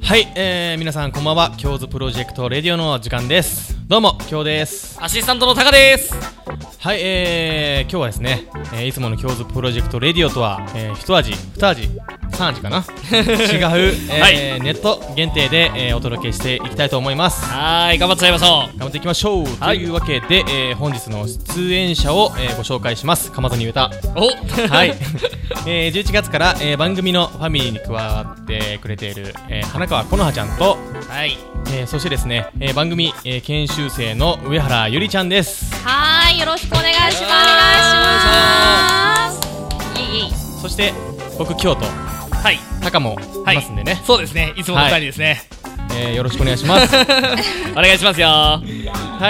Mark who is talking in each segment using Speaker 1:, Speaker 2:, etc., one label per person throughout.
Speaker 1: はい、えー、皆さんこんばんは京都プロジェクトレディオの時間ですどうも京都です
Speaker 2: アシスタントのタカです。
Speaker 1: はい、えー、今日はですね、えー、いつもの京都プロジェクトレディオとは、えー、一味二味三味かな 違う、えー
Speaker 2: はい
Speaker 1: ネット限定で、えー、お届けしていきたいと思います
Speaker 2: はーい、頑張っちゃいましょ
Speaker 1: 頑
Speaker 2: う。
Speaker 1: 張っていきましょう、
Speaker 2: はい
Speaker 1: というわけで、えー、本日の出演者を、えー、ご紹介します鎌谷裕太
Speaker 2: お、
Speaker 1: はい、 えー、11月から、えー、番組のファミリーに加わってくれている、えー、花川このはちゃんと
Speaker 2: はい。
Speaker 1: えー、そしてですね、えー、番組、えー、研修生の上原ゆりちゃんです
Speaker 3: はーい、よろしくお願いします。
Speaker 2: お願
Speaker 3: いえいえい
Speaker 1: そして僕京都
Speaker 2: はい。
Speaker 1: 高も
Speaker 2: はい
Speaker 1: いますんでね、
Speaker 2: そうですね。いつもの二人ですね。
Speaker 1: えーよろしくお願いします
Speaker 2: お願いしますよ。
Speaker 1: は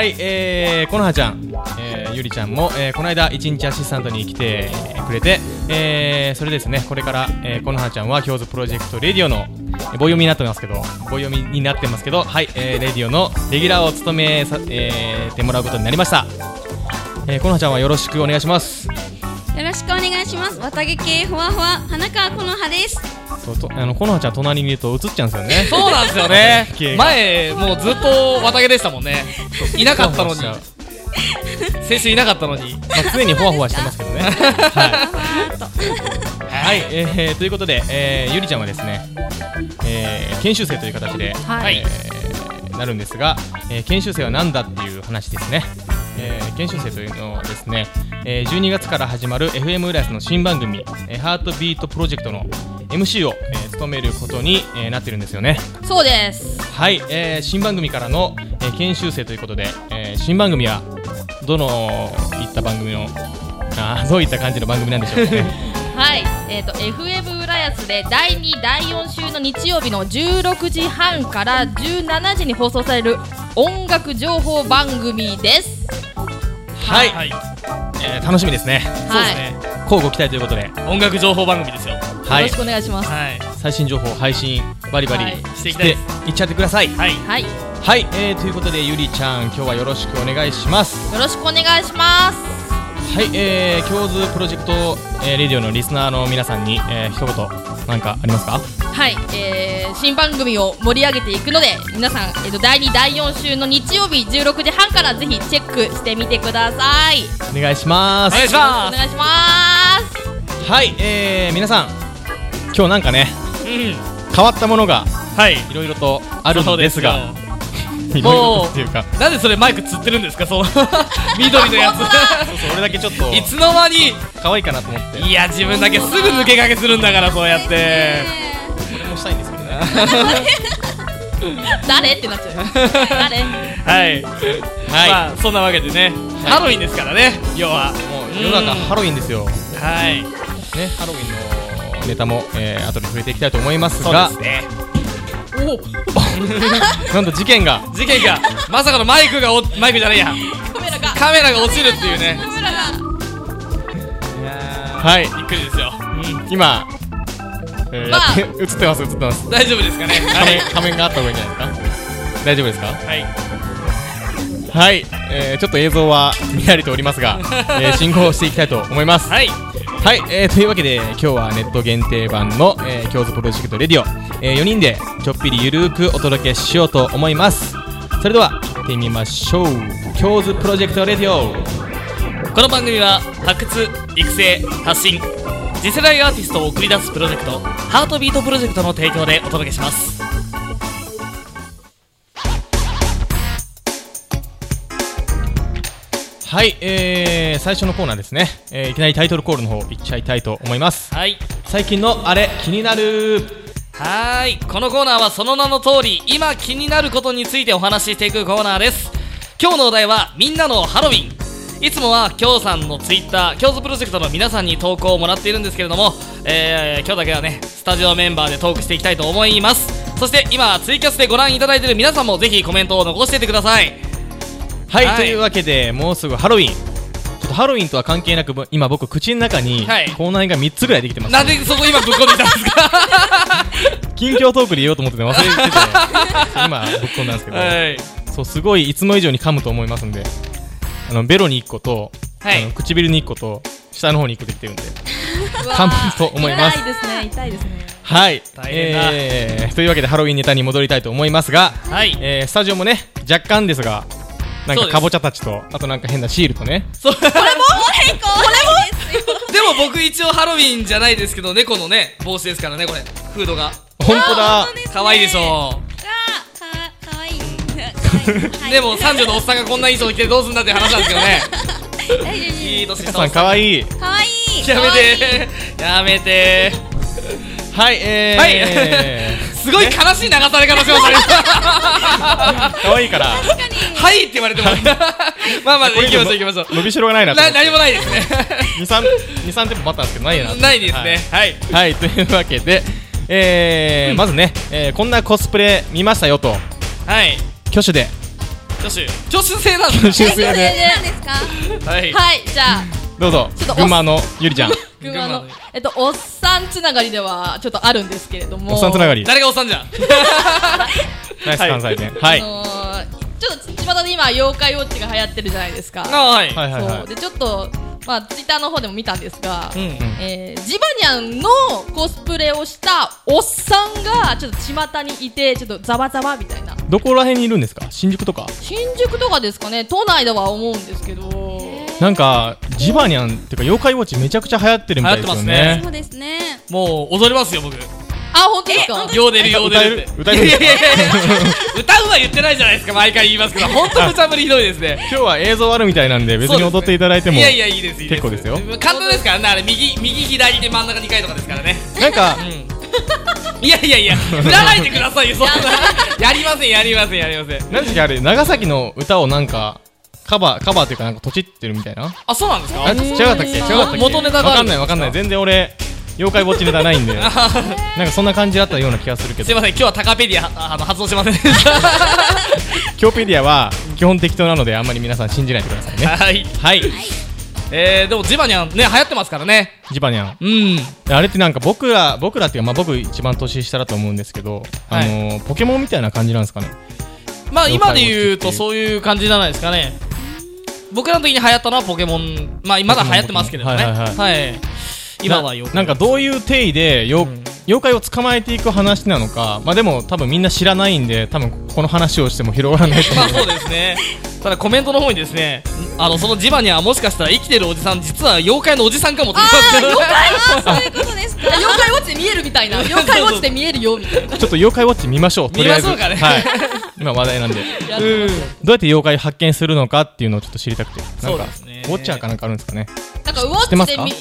Speaker 1: い、えー、このはちゃん、えー、ゆりちゃんも、えー、この間一日アシスタントに来てくれて、えー、それですねこれから、えー、このはちゃんは京都プロジェクトレディオのえー棒読みになってますけど棒読みになってますけどはい、えー、レディオのレギュラーを務めさ、えー、てもらうことになりました、えー、このはちゃんはよろしくお願いします
Speaker 3: よろしくお願いします。綿毛系ふわふわ、花川この葉です。
Speaker 1: そうとあのこのはちゃん隣にいると映っちゃうんですよね
Speaker 2: そうなん ですよね
Speaker 1: 関係。が
Speaker 2: 前、もうずっと綿毛でしたもんね。いなかったのに
Speaker 1: ふわふわし。
Speaker 2: 先週いなかったのに。
Speaker 1: まあ、常にほわほわしてます けどねは
Speaker 3: ふわーっと。
Speaker 1: い、はいえーということで、えーゆりちゃんはですね、えー研修生という形で、
Speaker 2: はい
Speaker 1: えーなるんですが、えー研修生は何だっていう話ですね、えー研修生というのはですね、えー12月から始まる FM 浦安の新番組「えーハートビートプロジェクトの MC を、えー務めることに、えーなってるんですよね
Speaker 3: そうです。
Speaker 1: はい、えー新番組からの、えー研修生ということで、えー新番組はどのいった番組のあーどういった感じの番組なんでしょうかね
Speaker 3: はい、えっ、ー、と FM 浦安で第2第4週の日曜日の16時半から17時に放送される音楽情報番組です。
Speaker 1: はい、
Speaker 2: い。
Speaker 1: えー楽しみですね
Speaker 2: そうです
Speaker 3: はい、
Speaker 2: ね。
Speaker 1: 乞うご期待ということで、
Speaker 2: 音楽情報番組ですよ。
Speaker 1: は
Speaker 3: よろ
Speaker 1: い
Speaker 3: し、くお願いします。
Speaker 2: はい。
Speaker 1: 最新情報配信バリバリ
Speaker 3: はい
Speaker 2: して
Speaker 1: した
Speaker 2: いきい
Speaker 1: て
Speaker 2: です。
Speaker 1: いっちゃってください
Speaker 2: はい。
Speaker 3: はい、よ
Speaker 1: はい、えーということでゆりちゃん今日はよろしくお願いします
Speaker 3: ろしくお願いします。
Speaker 1: はい、えー、京ズプロジェクト、えーレディオのリスナーの皆さんに、えー、一言なんかありますか
Speaker 3: はい、えー、新番組を盛り上げていくので皆さん、えー、と第2第4週の日曜日16時半からぜひチェックしてみてくださいよ
Speaker 1: お願いしま
Speaker 2: お
Speaker 1: す
Speaker 2: 願いし
Speaker 3: ろしくお
Speaker 2: ま
Speaker 3: 願いします
Speaker 1: はい、えー、皆さん今日なんかね
Speaker 2: す。うん。
Speaker 1: 変わったものが
Speaker 2: はい。
Speaker 1: いろいろとあるんですが
Speaker 2: そう
Speaker 1: い
Speaker 2: よ
Speaker 1: ろいろとっていうか
Speaker 2: ですよ。なんでそれマイク釣ってるんですか、 その緑のや
Speaker 1: そうそう俺だけちょっ
Speaker 2: つ。 い
Speaker 1: と
Speaker 2: つの間に。
Speaker 1: 可愛いかなと思って
Speaker 2: いや、自分だけすぐ抜け駆けするんだから、そうやって。
Speaker 1: 俺もしたいんですけどね
Speaker 3: 誰ってな っちゃう誰
Speaker 2: はい。
Speaker 1: はい
Speaker 2: まあ、そんなわけでね、ハロウィンですからね、要は。
Speaker 1: もう世の中
Speaker 2: うん
Speaker 1: ハロウィンですよね
Speaker 2: はい。
Speaker 1: ハロウィンのネタも、えー、後で触れていきたいと思います
Speaker 2: そうで
Speaker 1: が
Speaker 2: すね。
Speaker 1: なんと事件が
Speaker 2: 事件が、まさかのマイクがお、マイクじゃないや。
Speaker 3: カメラが
Speaker 2: カメラが落ちるっていうね。
Speaker 3: カメラが
Speaker 2: は
Speaker 1: はい
Speaker 2: びっくりですよ。
Speaker 1: 今、えー
Speaker 3: まあ
Speaker 1: やって映ってます映ってます
Speaker 2: 大丈夫ですかね。
Speaker 1: 仮
Speaker 2: は
Speaker 1: 面仮面があった方がいいんじゃないですか大丈夫ですか
Speaker 2: い。はい。
Speaker 1: はい、えー、ちょっと映像は見られております が、えー、進行していきたいと思います
Speaker 2: はい。
Speaker 1: はい、えー、というわけで今日はネット限定版の「えー、京都プロジェクトレディオ」えー、4人でちょっぴりゆるーくお届けしようと思いますそれでは行ってみましょう「京都プロジェクトレディオ」
Speaker 2: この番組は発掘育成発信次世代アーティストを送り出すプロジェクトハートビートプロジェクトの提供でお届けします
Speaker 1: はい、えー、最初のコーナーですね、えー、いきなりタイトルコールの方いっちゃいたいと思います
Speaker 2: はい
Speaker 1: 最近のあれ気になる
Speaker 2: はーいこのコーナーはその名の通り今気になることについてお話ししていくコーナーです今日のお題はみんなのハロウィンいつもはきょうさんのツイッターきょうずプロジェクトの皆さんに投稿をもらっているんですけれども、えー、今日だけはねスタジオメンバーでトークしていきたいと思いますそして今ツイキャスでご覧いただいている皆さんもぜひコメントを残していてください
Speaker 1: はい、
Speaker 2: はい
Speaker 1: というわけでもうすぐハロウィンちょっとハロウィンとは関係なくぼ今僕口の中に
Speaker 2: はい
Speaker 1: 口内炎が3つぐらいできてます
Speaker 2: なんでそこ今ぶっこんできたんですか
Speaker 1: 近況トークで言おうと思ってて忘れてて 今ぶっ込んだんですけど、
Speaker 2: はい
Speaker 1: そうすごいいつも以上に噛むと思いますんであのベロに1個と、
Speaker 2: はい
Speaker 1: あの唇に1個と下の方に1個できてるんで
Speaker 3: うわー
Speaker 1: 噛むと思います
Speaker 3: 痛いですね痛いですね
Speaker 1: はい、
Speaker 2: 大変だ
Speaker 1: えーというわけでハロウィンネタに戻りたいと思いますが、
Speaker 2: はい
Speaker 1: えースタジオもね若干ですがなんか
Speaker 2: そうです
Speaker 1: かぼちゃたちとあとなんか変なシールとね
Speaker 2: そう
Speaker 3: 変更これも
Speaker 2: でも僕一応ハロウィンじゃないですけど猫のね帽子ですからねこれフードが
Speaker 1: 本当だ
Speaker 2: 可愛いでしょ
Speaker 4: かか わいい
Speaker 2: うでも三女のおっさんがこんな衣装着てどうすんだっていう話なんですけどね いい年
Speaker 1: ち
Speaker 2: し
Speaker 1: か
Speaker 2: たお
Speaker 1: さん
Speaker 2: っさん
Speaker 1: かわいい
Speaker 4: かわいい
Speaker 2: やめてやめて
Speaker 1: はいえー、
Speaker 2: はいすごい悲しい流され方しましたね
Speaker 1: かわいいから
Speaker 2: はいって言われてもまあまあ行きましょう行きましょう
Speaker 1: 伸びしろがないなと
Speaker 2: な
Speaker 1: 思って
Speaker 2: 何もないですね
Speaker 1: 23点も待ったんですけどないな
Speaker 2: ないですねはい
Speaker 1: はい、というわけで、えーまずね、えーこんなコスプレ見ましたよと
Speaker 2: はい
Speaker 1: 挙手で
Speaker 2: 挙手挙手制なんです
Speaker 1: 手制
Speaker 4: え
Speaker 1: で
Speaker 4: 何ですか
Speaker 2: はい
Speaker 3: はいじゃあ
Speaker 1: どうぞ
Speaker 3: ちょっとお
Speaker 1: 群馬のゆりちゃん
Speaker 2: 群
Speaker 3: 群馬
Speaker 2: 馬の
Speaker 3: のえっとおっさんつながりではちょっとあるんですけれども
Speaker 1: おっさんつ ながりナ
Speaker 2: 誰がおっさんじゃん
Speaker 1: イス関西弁はい、
Speaker 3: あ
Speaker 1: は
Speaker 3: のーちょっと巷で今妖怪ウォッチが流行ってるじゃないですか
Speaker 2: あはい、
Speaker 1: い、はいはい
Speaker 3: そうでちょっとまあツイッターの方でも見たんですが、
Speaker 2: うん
Speaker 3: えージバニャンのコスプレをしたおっさんがちょっと巷にいてちょっとざわざわみたいな
Speaker 1: どこら辺にいるんですか新宿とか
Speaker 3: 新宿とかですかね都内では思うんですけど
Speaker 1: なんかジバニャンっていうか妖怪ウォッチめちゃくちゃ流行ってるみたいですよね
Speaker 4: そうですね
Speaker 2: もう踊れますよ僕
Speaker 3: あ本当ですか
Speaker 2: よう出るよう出るって
Speaker 1: 歌える歌えるんですか
Speaker 2: いやいやいや歌うは言ってないじゃないですか毎回言いますけど本当無茶ぶりひどいですね
Speaker 1: 今日は映像あるみたいなんで別に踊っていただいても、
Speaker 2: いやいやいいですいいで
Speaker 1: 結
Speaker 2: す
Speaker 1: 構ですよ
Speaker 2: 簡単ですからねあれ右右左で真ん中2回とかですからね
Speaker 1: なんか
Speaker 2: いやいやいや振らないでくださいよそんなやりませんやりませんやりません
Speaker 1: 何時かあれ長崎の歌をなんかカバーカバーというかなんかとちってるみたいな
Speaker 2: あそうなんですか
Speaker 1: あれ違かったっけ違かったっけ
Speaker 2: 元ネタがあ
Speaker 1: わか
Speaker 2: る
Speaker 1: んないわかんない全然俺妖怪ウォッチネタないんでなんかそんな感じだったような気がするけ
Speaker 2: すい
Speaker 1: ど
Speaker 2: ません今日はタカペディアああの発音し ませんでした
Speaker 1: キョーペディアは基本適当なのであんまり皆さん信じないでくださいね
Speaker 2: はい
Speaker 1: はい
Speaker 2: えー、でもジバニャンね流行ってますからね
Speaker 1: ジバニャン
Speaker 2: うん
Speaker 1: あれってなんか僕ら僕らっていうかまあ僕一番年下だと思うんですけどあのポケモンみたいな感じなんですかね
Speaker 2: まあ今で言う
Speaker 1: 妖怪ウォッチってい
Speaker 2: と
Speaker 1: う
Speaker 2: そういう感じじゃないですかね僕らの時に流行ったのはポケモンまあまだ流行ってますけどね
Speaker 1: ポケモンポケモン
Speaker 2: はい今はよ
Speaker 1: ななんかどういう定義でよ
Speaker 2: ん
Speaker 1: 妖怪を捕まえていく話なのかまあでも多分みんな知らないんで多分この話をしても広がらないと思
Speaker 2: ま
Speaker 1: う
Speaker 2: あそうですねただコメントの方にですねあのそのジバニャはもしかしたら生きてるおじさん実は妖怪のおじさんかもって言われて
Speaker 4: あーそういうことですか
Speaker 3: 妖怪ウォッチで見えるみたいな妖怪ウォッチで見えるよみたいな
Speaker 1: ちょっと妖怪ウォッチ見ましょう。とりあえず。
Speaker 2: 見ましょうかね
Speaker 1: はい。今話題なんで。ど
Speaker 3: やってます
Speaker 1: うやって妖怪発見するのかっていうのをちょっと知りたくて。なん
Speaker 2: そう
Speaker 1: か、
Speaker 2: で
Speaker 1: ウ
Speaker 2: すね
Speaker 1: ォッチャーかなんかあるんですかね。
Speaker 3: なんかウォ
Speaker 1: て
Speaker 3: ッ
Speaker 1: ま
Speaker 3: チ
Speaker 1: す
Speaker 3: で
Speaker 1: か
Speaker 3: 見ウ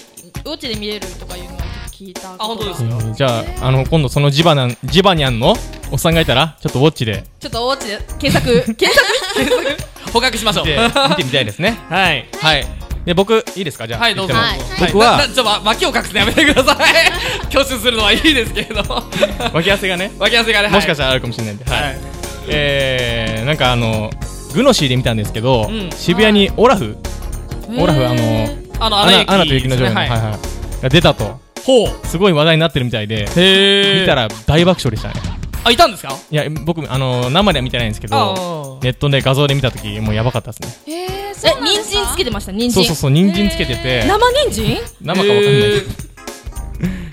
Speaker 3: ォッチで見れるとかいうのはちょっと聞いたこと
Speaker 2: あ本当で
Speaker 3: が
Speaker 2: すか
Speaker 1: じゃあ、あの、今度そのジバナン、ジバニャンのおっさんがいたら、ちょっとウォッチで
Speaker 3: ちょっとウォッチで検索検索
Speaker 2: 捕獲しましょう
Speaker 1: 見て見てみたいですね。
Speaker 2: はい
Speaker 1: はい。で、僕、いいですかじゃあ。
Speaker 2: はいどうぞ
Speaker 1: 言っ
Speaker 4: はい
Speaker 1: ても僕は
Speaker 2: ななちょっとわ脇を隠すのやめてくださ い挙手するのはいいですけれど脇
Speaker 1: 脇汗がね、
Speaker 2: 汗がね
Speaker 1: もしかした
Speaker 2: ら
Speaker 1: らあるかもしれないんで。
Speaker 2: は
Speaker 1: はいい。えー、なんかあの、グノシーで見たんですけど
Speaker 2: う、ん
Speaker 1: 渋谷にオラフ、オラフ、あの、
Speaker 2: あの
Speaker 1: ア
Speaker 2: アナ雪
Speaker 1: ナアナと雪の女王の、
Speaker 2: で
Speaker 1: は
Speaker 2: す
Speaker 1: い
Speaker 2: ねはい
Speaker 1: はい。が出たと。
Speaker 2: ほう
Speaker 1: すごい話題になってるみたいで、
Speaker 2: へ
Speaker 1: 見たら大爆笑でしたね。
Speaker 2: あいたんですか
Speaker 1: いや、僕、あの、生では見てないんですけ
Speaker 2: あ
Speaker 1: ど
Speaker 2: ー、
Speaker 1: ネットで画像で見たとき、もうやばかったですね。
Speaker 4: えー、
Speaker 3: え
Speaker 4: そうなんで
Speaker 3: 人
Speaker 4: すか
Speaker 3: 参つけてました人
Speaker 1: そう
Speaker 3: 参
Speaker 1: そうそう、人参つけてて、
Speaker 3: 生人参
Speaker 1: 生かわかんない
Speaker 2: へ
Speaker 1: け
Speaker 2: ー
Speaker 1: ど、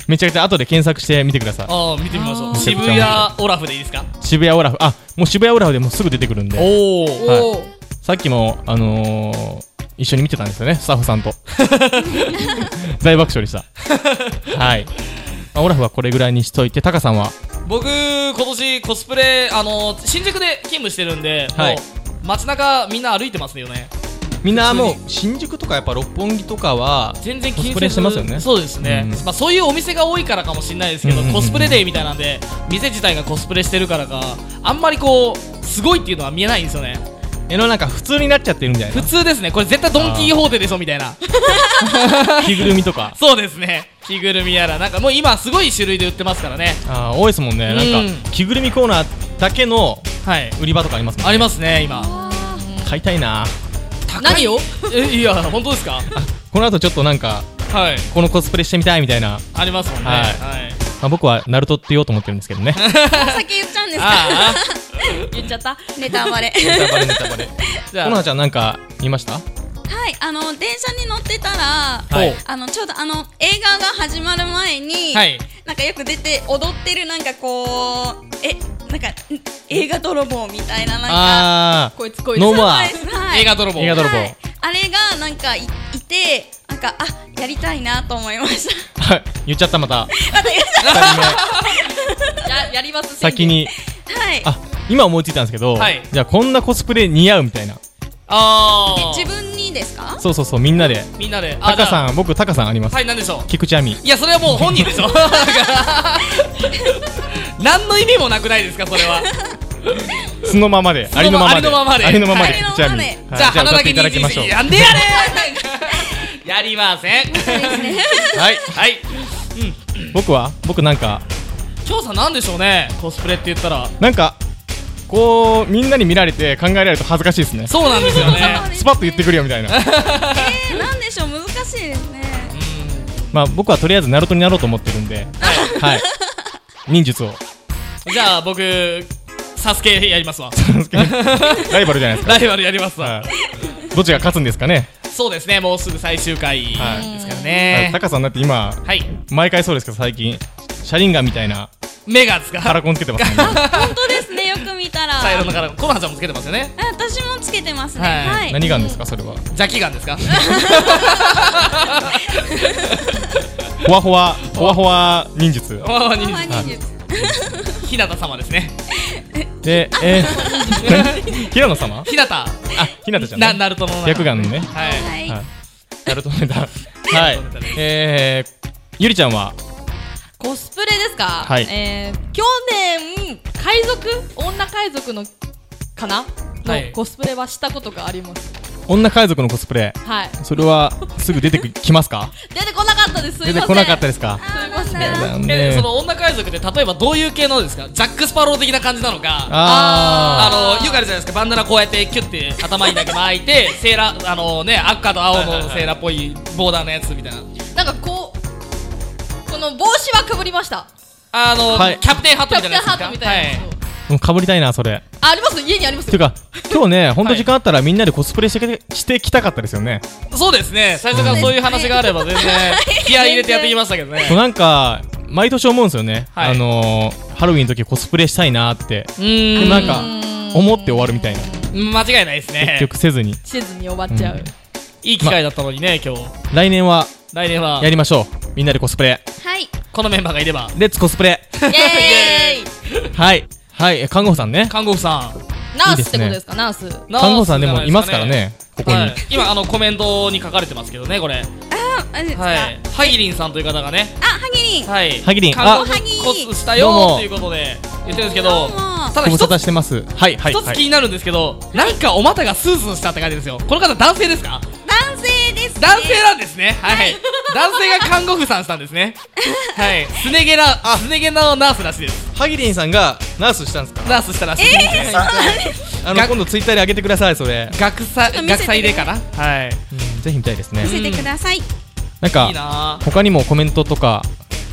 Speaker 1: めちゃくちゃ後で検索してみてください。
Speaker 2: ああ見てみましょ
Speaker 3: あ
Speaker 2: う
Speaker 3: ー
Speaker 2: 渋谷オラフでいいですか
Speaker 1: 渋谷オラフ、あ、もう渋谷オラフでもうすぐ出てくるんで、
Speaker 2: おお
Speaker 1: はい
Speaker 3: おー
Speaker 1: さっきも、あのー、一緒に見てたんですよね、スタッフさん と。大爆笑でした。はい。まあオラフはこれぐらいにしといて、タカさんは、
Speaker 2: 僕今年コスプレあの新宿で勤務してるんで、
Speaker 1: はい
Speaker 2: もう街中みんな歩いてますよね
Speaker 1: みんな
Speaker 2: もう
Speaker 1: もう、新宿とかやっぱ六本木とかは、
Speaker 2: 全然気
Speaker 1: コス
Speaker 2: にせず
Speaker 1: プレしてますよね
Speaker 2: そうですね、
Speaker 1: うん
Speaker 2: まあ、そういうお店が多いからかもしれないですけ
Speaker 1: う
Speaker 2: ど、
Speaker 1: んうんうん
Speaker 2: コスプレデーみたいなんで店自体がコスプレしてるからかあんまりこうすごいっていうのは見えないんですよね
Speaker 1: えのなんか普通になっちゃってるみたい
Speaker 2: 普
Speaker 1: な。
Speaker 2: 通ですねこれ絶対ドン・キーホーテでしょみたいな
Speaker 1: 着ぐるみとか。
Speaker 2: そうですね着ぐるみやらなんかもう今すごい種類で売ってますからね
Speaker 1: あー多いですもんね、なん
Speaker 2: う
Speaker 1: か着ぐるみコーナーだけの
Speaker 2: はい
Speaker 1: 売り場とかありますもん
Speaker 2: ありますね今
Speaker 1: 買いたいな
Speaker 3: 何を
Speaker 2: えいや本当で すか
Speaker 1: この後ちょっとなんか
Speaker 2: はい
Speaker 1: このコスプレしてみたいみたいな、
Speaker 2: ありますもんね
Speaker 1: はい
Speaker 2: はい
Speaker 1: まあ、僕はナルトって言おうと思ってるんですけどね
Speaker 4: お酒言っちゃうんですか
Speaker 2: ああ
Speaker 3: 言っちゃった
Speaker 4: ネタバレ
Speaker 1: ネタバレネタバレ
Speaker 2: じ
Speaker 1: コ
Speaker 2: ゃ
Speaker 1: ノ
Speaker 2: あ
Speaker 1: ハちゃんなんか見ました
Speaker 4: はいあの電車に乗ってたら、
Speaker 2: はい
Speaker 4: あのちょうどあの映画が始まる前に、
Speaker 2: はい
Speaker 4: なんかよく出て踊ってるなんかこうえなんかん映画泥棒みたいななんか
Speaker 1: あ
Speaker 3: こいつこいつ
Speaker 1: ノーマー
Speaker 4: はい
Speaker 2: 映画泥棒
Speaker 1: 映画泥棒
Speaker 4: はいあれがなんかいいてなんかあやりたいなと思いました
Speaker 1: はい言っちゃったまた
Speaker 4: また言う
Speaker 1: 二人目
Speaker 3: ややります
Speaker 1: 先に
Speaker 4: はい
Speaker 1: あ今思いついたんですけど、
Speaker 2: はい
Speaker 1: じゃあこんなコスプレ似合うみたいな
Speaker 2: あ
Speaker 4: え
Speaker 2: あ
Speaker 4: 自分にですか
Speaker 1: そうそうそうみんなで
Speaker 2: みんなで
Speaker 1: タカ
Speaker 2: ん
Speaker 1: さん僕タカさんあります、
Speaker 2: はい何でしょう
Speaker 1: 菊池亜美
Speaker 2: いやそれはもう本人で しょだから何の意味もなくないですかそれは
Speaker 1: 素のままで
Speaker 2: の
Speaker 1: ありのままで
Speaker 2: あ
Speaker 1: あ
Speaker 2: り
Speaker 1: り
Speaker 2: の
Speaker 1: の
Speaker 2: ま
Speaker 1: まま
Speaker 2: ま
Speaker 1: で
Speaker 4: で
Speaker 1: 菊池亜美
Speaker 4: はい
Speaker 1: はい
Speaker 2: じゃあ
Speaker 1: 歌
Speaker 2: 花
Speaker 1: っ
Speaker 2: だ
Speaker 1: て
Speaker 2: け
Speaker 1: いただきましょう
Speaker 2: にやんでやれ やりません
Speaker 1: はい
Speaker 2: はい
Speaker 1: 僕は僕なんか
Speaker 2: 調査なんでしょうねコスプレって言ったら
Speaker 1: なんかこうみんなに見られて考えられると恥ずかしいですね
Speaker 2: そうなんですよね
Speaker 1: スパッと言ってくるよみたい な
Speaker 4: えー、なんでしょう難しいですね
Speaker 1: まあ僕はとりあえずナルトになろうと思ってるん ではい忍術を
Speaker 2: うんじゃあ僕サスケや りますわ
Speaker 1: ライバルじゃないですか
Speaker 2: ライバルやりますわ
Speaker 1: はいどっちが勝つんですかね
Speaker 2: そうですねもうすぐ最終回
Speaker 1: はい
Speaker 2: ですから
Speaker 1: はい
Speaker 2: ね
Speaker 1: タカさんだって今
Speaker 2: はい
Speaker 1: 毎回そうですけど最近車輪ガンみたいな
Speaker 2: メガですか
Speaker 1: カラコンつけてますね
Speaker 4: 本当ですねよく見たら
Speaker 2: 茶色のカラコンコロハちゃんもつけてますよね
Speaker 4: あ私もつけてますね
Speaker 2: はい
Speaker 4: はい、
Speaker 1: 何ガンですかそれは
Speaker 2: ジャキガンです か
Speaker 1: ほわほわほわほわ忍術
Speaker 2: おーに
Speaker 4: まあ忍術
Speaker 2: 日向様ですね
Speaker 1: でえー 何平野様
Speaker 2: 日向な
Speaker 1: あひなたちゃんね
Speaker 2: ナルトの
Speaker 1: 白眼のね
Speaker 2: はい
Speaker 4: はい、
Speaker 1: はいナルトネタはい
Speaker 2: ナルトネタです
Speaker 1: えーゆりちゃんは
Speaker 3: コスプレですか、
Speaker 1: はい
Speaker 3: えー去年海賊女海賊のかなの
Speaker 2: はい
Speaker 3: コスプレはしたことがあります
Speaker 1: 女海賊のコスプレ
Speaker 3: はい
Speaker 1: それはすぐ出てくきますか
Speaker 3: 出てこなかったですすいませ
Speaker 1: 出
Speaker 3: ん
Speaker 1: てこなかったですか
Speaker 3: すいません
Speaker 1: 残
Speaker 2: え
Speaker 1: 念
Speaker 2: その女海賊って例えばどういう系のですかジャック・スパロー的な感じなのか
Speaker 1: あ
Speaker 2: あのよくあるじゃないですかバンダナこうやってキュッて頭にだけ巻いてセーラーあのね赤と青のセーラーっぽいボーダーのやつみたいな
Speaker 3: なんかこうこの帽子はかぶりました
Speaker 2: あの、
Speaker 1: はい
Speaker 2: キャプテンハッ
Speaker 3: キ
Speaker 2: ト
Speaker 3: ャ
Speaker 2: み
Speaker 3: プ
Speaker 2: たいな
Speaker 3: テン
Speaker 2: やつです
Speaker 3: ハートみ
Speaker 2: か
Speaker 3: たいなやつ
Speaker 1: ー
Speaker 3: を、
Speaker 1: もうかぶりたいなそれ
Speaker 3: ああります家にあります
Speaker 1: ていう
Speaker 3: よ
Speaker 1: か今日ねほんと時間あったらみんなでコスプレしてきしてきたかったですよね
Speaker 2: はいそうですね最初からそういう話があれば全然気合い入れてやってきましたけど
Speaker 1: そう
Speaker 2: ね
Speaker 1: なんか毎年思うんですよね
Speaker 2: はい
Speaker 1: あのーハロウィンの時コスプレしたいなって
Speaker 2: うー
Speaker 1: で
Speaker 2: ん
Speaker 1: もなんか思って終わるみたいな
Speaker 2: 間違いないですね
Speaker 1: 結局せずに
Speaker 3: せずに終わっちゃう、
Speaker 1: うん
Speaker 2: いい機会だったのにね今日
Speaker 1: 来年は
Speaker 2: 来年は
Speaker 1: やりましょうみんなでコスプレ
Speaker 4: はい
Speaker 2: このメンバーがいれば
Speaker 1: レッツコスプレ
Speaker 3: イエーイ
Speaker 1: はいはいえ看護婦さんね
Speaker 2: 看護婦さん
Speaker 3: ナースってことですかナース
Speaker 1: 看護婦さんでもいますからねここに、
Speaker 2: はい、今あのコメントに書かれてますけどねこれ
Speaker 4: ああれですか、
Speaker 2: はいハギリンさんという方がね
Speaker 4: あハギリン
Speaker 2: はい
Speaker 1: ハギリン
Speaker 2: 看護
Speaker 4: あハギリン
Speaker 2: コスした
Speaker 1: どう
Speaker 2: よ
Speaker 1: も
Speaker 2: ということで言ってるんですけど
Speaker 4: どうも
Speaker 2: ただ
Speaker 1: ご無
Speaker 2: 一
Speaker 1: 沙
Speaker 2: つ
Speaker 1: 汰してますはいはい
Speaker 2: 一
Speaker 1: は
Speaker 2: つ気
Speaker 1: い
Speaker 2: になるんですけど、なんかお股がスースーしたって感じですよこの方男性ですか
Speaker 4: 男性です、ね、
Speaker 2: 男性なんですねはい男性が看護婦さんしたんですねはいすね毛なすね毛のナースらしいです
Speaker 1: ハギリンさんがナースしたんですか
Speaker 2: ナースしたらしいです、え
Speaker 1: あ
Speaker 2: が
Speaker 1: の今度ツイッターで上げてくださいそれ、
Speaker 2: 学祭
Speaker 4: ちょっと見せ
Speaker 2: 学祭
Speaker 4: てね
Speaker 2: でかなはい
Speaker 1: うん、ぜひ見たいですね
Speaker 4: 見せてください、
Speaker 1: なん
Speaker 2: いい
Speaker 1: か
Speaker 2: な
Speaker 1: 他にもコメントとか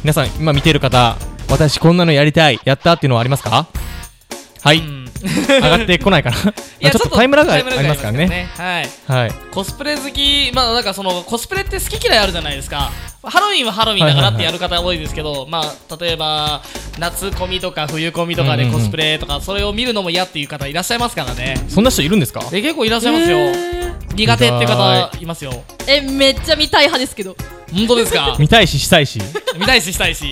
Speaker 1: 皆さん今見てる方私こんなのやりたいやったっていうのはありますかはい、
Speaker 2: ぁうん
Speaker 1: 上が ってこないかなまあちょっとタイムラグがありますからね
Speaker 2: はい
Speaker 1: はい
Speaker 2: コスプレ好き、まあなんかそのコスプレって好き嫌いあるじゃないですか。ハロウィンはハロウィンだからってやる方多いですけど、まあ例えば夏コミとか冬コミとか
Speaker 1: うん
Speaker 2: で
Speaker 1: うん
Speaker 2: コ
Speaker 1: うん
Speaker 2: スプレとか、それを見るのも嫌っていう方いらっしゃいますからね。
Speaker 1: そんな人いるんですか
Speaker 2: え結構いらっしゃいますよ。苦手っていう方いますよ。
Speaker 3: えめっちゃ見たい派ですけど
Speaker 2: 本当で すか
Speaker 1: 見たいししたいし
Speaker 2: 見たいししたいし。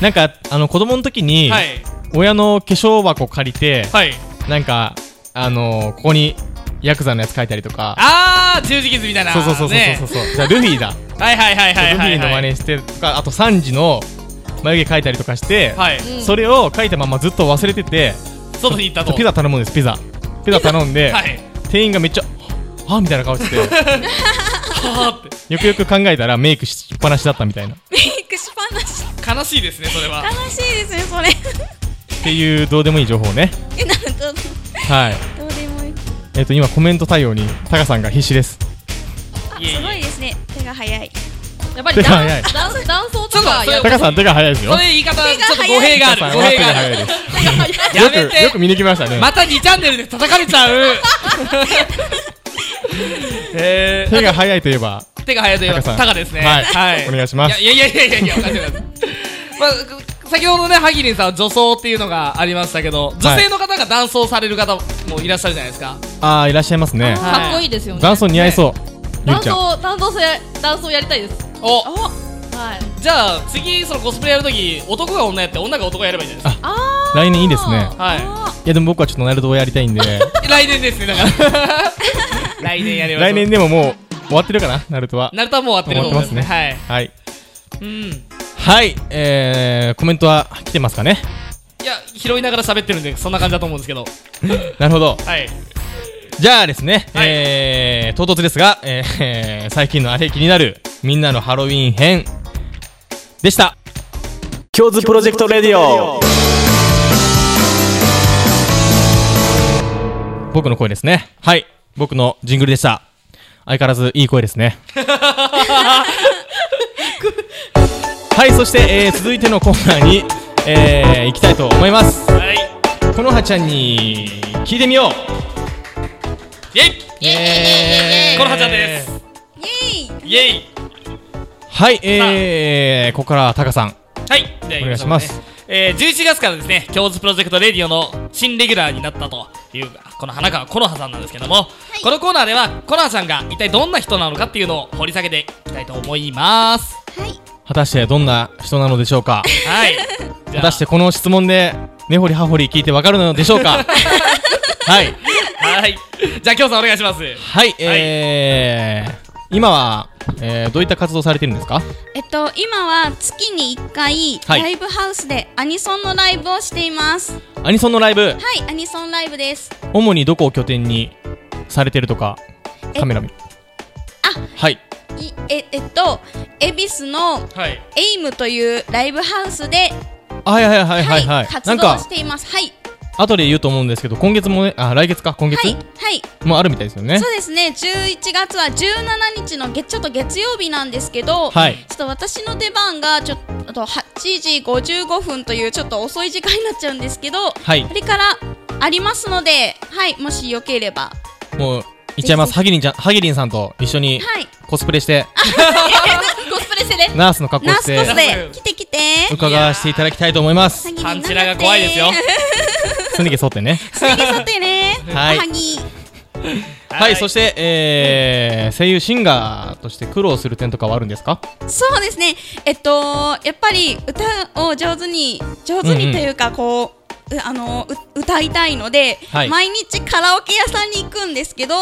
Speaker 1: なんかあの子供の時に、
Speaker 2: はい。
Speaker 1: 親の化粧箱借りて、
Speaker 2: はい。
Speaker 1: なんかあのここにヤクザのやつ書いたりとか
Speaker 2: あー、十字傷みたいな。
Speaker 1: そうそうそうそう
Speaker 2: ね
Speaker 1: そうそう、じゃあルフィだ
Speaker 2: はいはいはいはいはい、
Speaker 1: ルフィの真
Speaker 2: はい。
Speaker 1: 似してとかあとサンジの眉毛描いたりとかして、
Speaker 2: はい。
Speaker 3: うん
Speaker 1: それを描いたままずっと忘れてて
Speaker 2: 外に行ったと。
Speaker 1: ピザ頼むんですピザピザ頼んで、
Speaker 2: はい。
Speaker 1: 店員がめっちゃ「はあ」みたいな顔してて
Speaker 2: はーっ
Speaker 1: よくよく考えたらメイクしっぱなしだったみたいなっ
Speaker 4: メイクしっぱなして
Speaker 2: 悲しいですね、それは
Speaker 4: 悲。しいですねそれ
Speaker 1: ていうどうでもいい情報ね
Speaker 4: えなんかど
Speaker 1: はい
Speaker 4: どうでもいい
Speaker 1: えっ、と今コメント対応にタカさんが必死です
Speaker 4: あ
Speaker 2: いえいえ
Speaker 4: すごいですね手が早い
Speaker 3: やっぱり
Speaker 1: 手が
Speaker 3: ダ
Speaker 1: 早い
Speaker 3: ンダンダンソーとか
Speaker 2: ちょっ
Speaker 3: や
Speaker 2: と
Speaker 3: っ
Speaker 1: タカさん手が早いです
Speaker 2: そ
Speaker 1: よ
Speaker 2: れ言い方、ちょっと語弊があ
Speaker 1: タカ
Speaker 2: る。
Speaker 1: さん
Speaker 2: 語
Speaker 1: は手
Speaker 2: 弊
Speaker 1: が
Speaker 2: があ
Speaker 1: 早
Speaker 2: る
Speaker 1: い。です
Speaker 2: やめ
Speaker 1: よくよく
Speaker 2: て
Speaker 1: 見に来ましたね
Speaker 2: また2チャンネルで叩かれちゃうえ
Speaker 1: 手が早い といえば
Speaker 2: ー、手が早いといえば
Speaker 1: タカさん
Speaker 2: タカですね。
Speaker 1: はいお願いします
Speaker 2: いやいやいやいやいや、おかしいおかしいまあ、先ほどね、ハギリンさん、女装っていうのがありましたけど、女性の方が男装される方もいらっしゃるじゃないですか。
Speaker 1: ああいらっしゃいますね
Speaker 2: はい
Speaker 3: かっこいいですよね。
Speaker 1: 男装似合いそうゆ
Speaker 3: ダ
Speaker 1: り
Speaker 3: ン
Speaker 1: ちゃん
Speaker 3: スダンスやダンスをやりたいです。
Speaker 2: お
Speaker 3: はい。
Speaker 2: じゃあ、次、そのコスプレやるとき、男が女やって、女が男やればいいじゃないで
Speaker 3: あー
Speaker 1: 来年いいですね
Speaker 2: すか。はい
Speaker 1: やでも僕はちょっとナルトをやりたい んで
Speaker 2: い。来年ですね、だから。 来年やれば
Speaker 1: 来年でももう終わってるかなナルトは
Speaker 2: ナルトはもう終わってると思うんですね。
Speaker 1: 終
Speaker 2: はい。
Speaker 1: はい
Speaker 2: うん。
Speaker 1: はいえーコメントは来てますかね
Speaker 2: いや、拾いながら喋ってるんで、そんな感じだと思うんですけど。
Speaker 1: なるほど
Speaker 2: はい。
Speaker 1: じゃあですね、
Speaker 2: はい
Speaker 1: えー、唐突ですが、えーえー 最近のあれ気になるみんなのハロウィン編でした。
Speaker 5: 京ズプロジェクトレディオ
Speaker 1: 僕の声ですね。はい、僕のジングルでした。相変わらずいい声です ね。はい、そして、えー、続いてのコーナーに、えー、行きたいと思います。
Speaker 2: はい。
Speaker 1: このはちゃんに聞いてみよう。
Speaker 2: イェイ
Speaker 3: イエイイエイイエイイエイ
Speaker 2: このはちゃんです。
Speaker 4: イエーイ
Speaker 2: イェイ
Speaker 1: はい、えー、ここからはタカさん。
Speaker 2: はい、じゃあ
Speaker 1: お願いします
Speaker 2: 行きょうねえー、11月からですね、京ズプロジェクトレディオの新レギュラーになったという、この花川コノハさんなんですけども、このコーナーでは、コノハさんが一体どんな人なのかっていうのを掘り下げていきたいと思います。
Speaker 1: 果たしてどんな人なのでしょうか。
Speaker 2: はい。 じ
Speaker 1: 果
Speaker 2: ゃあ
Speaker 1: たしてこの質問で根掘り葉掘り聞いてわかるのでしょう かはい
Speaker 2: はい。じゃあ、京さんお願いします。
Speaker 1: はいえー、今は、えー、どういった活動されてるんですか
Speaker 4: えっと今は月に1回
Speaker 1: はい
Speaker 4: ライブハウスでアニソンのライブをしていますは
Speaker 1: アニソンのライブ
Speaker 4: いアニソンライブです
Speaker 1: 主にどこを拠点にされてるとか
Speaker 4: え
Speaker 1: カメラ見
Speaker 4: あ
Speaker 1: はい
Speaker 4: いええっと恵比寿の
Speaker 2: はい。
Speaker 4: エイムというライブハウスで
Speaker 1: あはいはいはいはいはい、な
Speaker 4: 活
Speaker 1: ん
Speaker 4: 動を
Speaker 1: か
Speaker 4: していますはい
Speaker 1: 後で言うと思うんですけど今月もねあ来月か今月、
Speaker 4: はいはい
Speaker 1: もあるみたいですよね
Speaker 4: そうですね11月は17日の月ちょっと月曜日なんですけど、
Speaker 1: はい
Speaker 4: ちょっと私の出番がちょっと8時55分というちょっと遅い時間になっちゃうんですけど、
Speaker 1: はい
Speaker 4: これからありますので、はい、もしよければ、
Speaker 1: もういっちゃいますハギリンちゃんハギリンさんと一緒に
Speaker 4: はい、
Speaker 1: コスプレして
Speaker 3: コスプレしてね。
Speaker 1: ナースの格好
Speaker 4: ナ
Speaker 1: し
Speaker 4: ースコ
Speaker 1: て
Speaker 4: スで来て来て。
Speaker 1: 伺わせていただきたいと思います
Speaker 4: 詐欺に
Speaker 2: パ
Speaker 4: なって
Speaker 2: ンチラが怖いですよ。
Speaker 1: すね毛剃ってね
Speaker 4: 詐欺さてね。
Speaker 1: はい
Speaker 4: おはぎ。
Speaker 1: はい、そして、えー、声優シンガーとして苦労する点とかはあるんですか
Speaker 4: そうですね。えっと、やっぱり歌を上手に、上手
Speaker 1: うんうん
Speaker 4: にというか、こう。うあのう歌いたいので、
Speaker 1: はい
Speaker 4: 毎日カラオケ屋さんに行くんですけど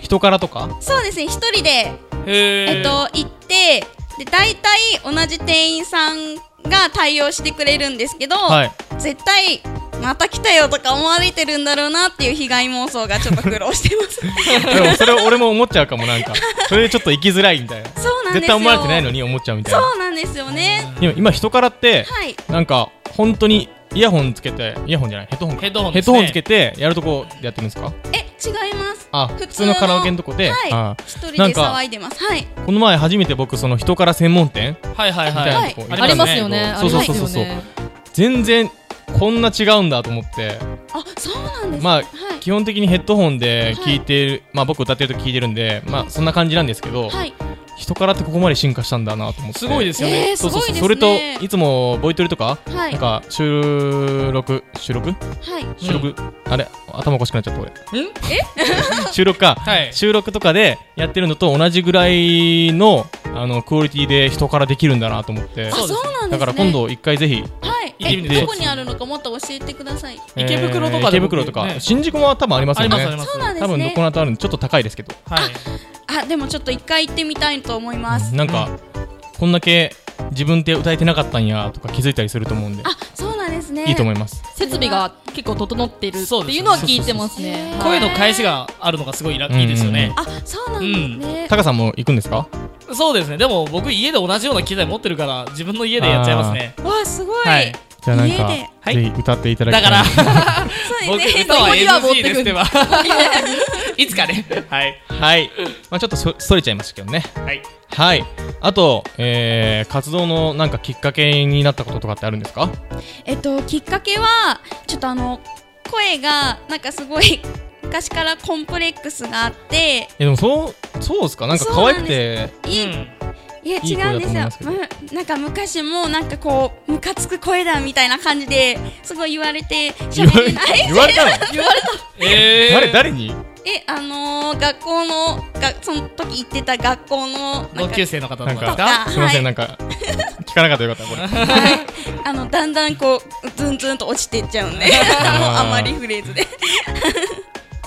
Speaker 1: 人からとか
Speaker 4: そうですね一人で、
Speaker 2: へー
Speaker 4: えっと、行ってで大体同じ店員さんが対応してくれるんですけど、
Speaker 1: はい
Speaker 4: 絶対また来たよとか思われてるんだろうなっていう被害妄想がちょっと苦労してます
Speaker 1: でもそれ俺も思っちゃうかもなん かそれでちょっと生きづらいみたいな
Speaker 4: そうなんですよ
Speaker 1: 絶対思われてないのに思っちゃうみたいな
Speaker 4: そうなんですよね
Speaker 1: でも今人からって、
Speaker 4: はい
Speaker 1: なんか本当にイヤホンつけてイヤホンじゃないヘッドホンか
Speaker 2: ヘッドホン
Speaker 1: ヘ
Speaker 2: で
Speaker 1: ッド
Speaker 2: す
Speaker 1: ホ
Speaker 2: ね
Speaker 1: ンつけてやるとこでやってるんですか
Speaker 4: え違います
Speaker 1: あ普通のカラオケのとこで、あ
Speaker 4: は
Speaker 1: ー
Speaker 4: い、一人で
Speaker 1: なんか
Speaker 4: 騒いでますはい
Speaker 1: この前初めて僕その人から専門店
Speaker 2: はいはい
Speaker 1: みたい
Speaker 2: は。
Speaker 1: ないとこ行ったんですけど、
Speaker 2: はい
Speaker 3: ありますよね。
Speaker 1: そうそうそうそうそう、
Speaker 3: ありますよね
Speaker 1: 全然こんな違うんだと思って
Speaker 4: あそうなんです
Speaker 1: まあ
Speaker 4: はい
Speaker 1: 基本的にヘッドホンで聞いてる、まあ僕歌ってると聞いてるんでまあそんな感じなんですけど、
Speaker 4: はい
Speaker 1: 人からってここまで進化したんだなと思って
Speaker 2: すごいですすよね。
Speaker 4: えーす
Speaker 1: そう
Speaker 4: ごい
Speaker 1: そう
Speaker 4: です
Speaker 1: そう
Speaker 4: ね
Speaker 1: それといつもボイトレとか、
Speaker 4: はい
Speaker 1: なんか収録収録
Speaker 4: はい
Speaker 1: 収録、あれ頭おかしくなっちゃった俺
Speaker 2: ん
Speaker 1: 収録か、
Speaker 2: はい
Speaker 1: 収録とかでやってるのと同じぐらいのあのクオリティで人からできるんだなと思って
Speaker 4: あそうなんですね
Speaker 1: だから今度一回ぜひ
Speaker 4: はい
Speaker 2: 行ってみてくだ
Speaker 4: え
Speaker 2: さい
Speaker 4: どこにあるのかもっと教えてください
Speaker 2: 池袋とかで
Speaker 1: えー池袋とか、
Speaker 2: ね
Speaker 1: 新宿も多分あります
Speaker 2: あ
Speaker 1: よ
Speaker 2: り
Speaker 1: ね
Speaker 2: ますあります。
Speaker 4: そうなんで
Speaker 1: 多
Speaker 4: す
Speaker 1: 分ど
Speaker 4: ね
Speaker 1: このとあるんでちょっと高いですけど
Speaker 2: はい。
Speaker 4: あでもちょっと一回行ってみたいと思います
Speaker 1: なんか、こんだけ自分で歌えてなかったんやとか気づいたりすると思うんで
Speaker 4: あそうなんですね
Speaker 1: いいと思
Speaker 4: い
Speaker 1: います
Speaker 3: 設備が結構整ってるっていうのは聞いてますね。
Speaker 4: そうですね
Speaker 2: 声の返しがあるのがすごいラいいですよね。
Speaker 4: ますあそうなんですね、
Speaker 1: タカさんも行くんですか
Speaker 2: そうですね。でも僕家で同じような機材持ってるから自分の家でやっちゃいますね。
Speaker 4: わあすごい、
Speaker 2: はい
Speaker 1: じゃあなんか
Speaker 4: 家で
Speaker 2: はい
Speaker 1: ぜひ歌っていただ
Speaker 2: だ
Speaker 1: きた
Speaker 2: か
Speaker 1: い
Speaker 2: ら
Speaker 1: な
Speaker 4: そう
Speaker 2: 僕
Speaker 4: ですね
Speaker 2: 歌は
Speaker 3: こには持っ
Speaker 2: NG
Speaker 3: てく
Speaker 2: で
Speaker 3: る
Speaker 2: すってば いつかね。はい
Speaker 1: はい、まあ、ちょっとそそれちゃいましたけどね
Speaker 2: はい。
Speaker 1: はいあと、えー、活動のなんかきっかけになったこととかってあるんですか
Speaker 4: えっときっかけはちょっとあの声がなんかすごい昔からコンプレックスがあって
Speaker 1: えでもそうそうですかなんか可愛くて
Speaker 4: いえいや
Speaker 1: いい声
Speaker 4: 違うんですよ
Speaker 1: だと思い
Speaker 4: うんなんか昔もなんかこうムカつく声だみたいな感じですごい言われて
Speaker 1: 言わ
Speaker 4: 喋
Speaker 1: れ
Speaker 4: れない
Speaker 1: 言われたの
Speaker 2: 言われたえー、
Speaker 1: 誰誰に
Speaker 4: えあのー、学校のがその時行ってた学校のな
Speaker 2: 同
Speaker 4: んか
Speaker 2: 級生の方とか
Speaker 1: なん
Speaker 2: ですか
Speaker 1: かすいませ
Speaker 4: はい
Speaker 1: んなんか聞かなかったらよかったこれ
Speaker 4: あのだんだんこうズンズンと落ちていっちゃうんで
Speaker 1: あー
Speaker 4: あんまりフレーズで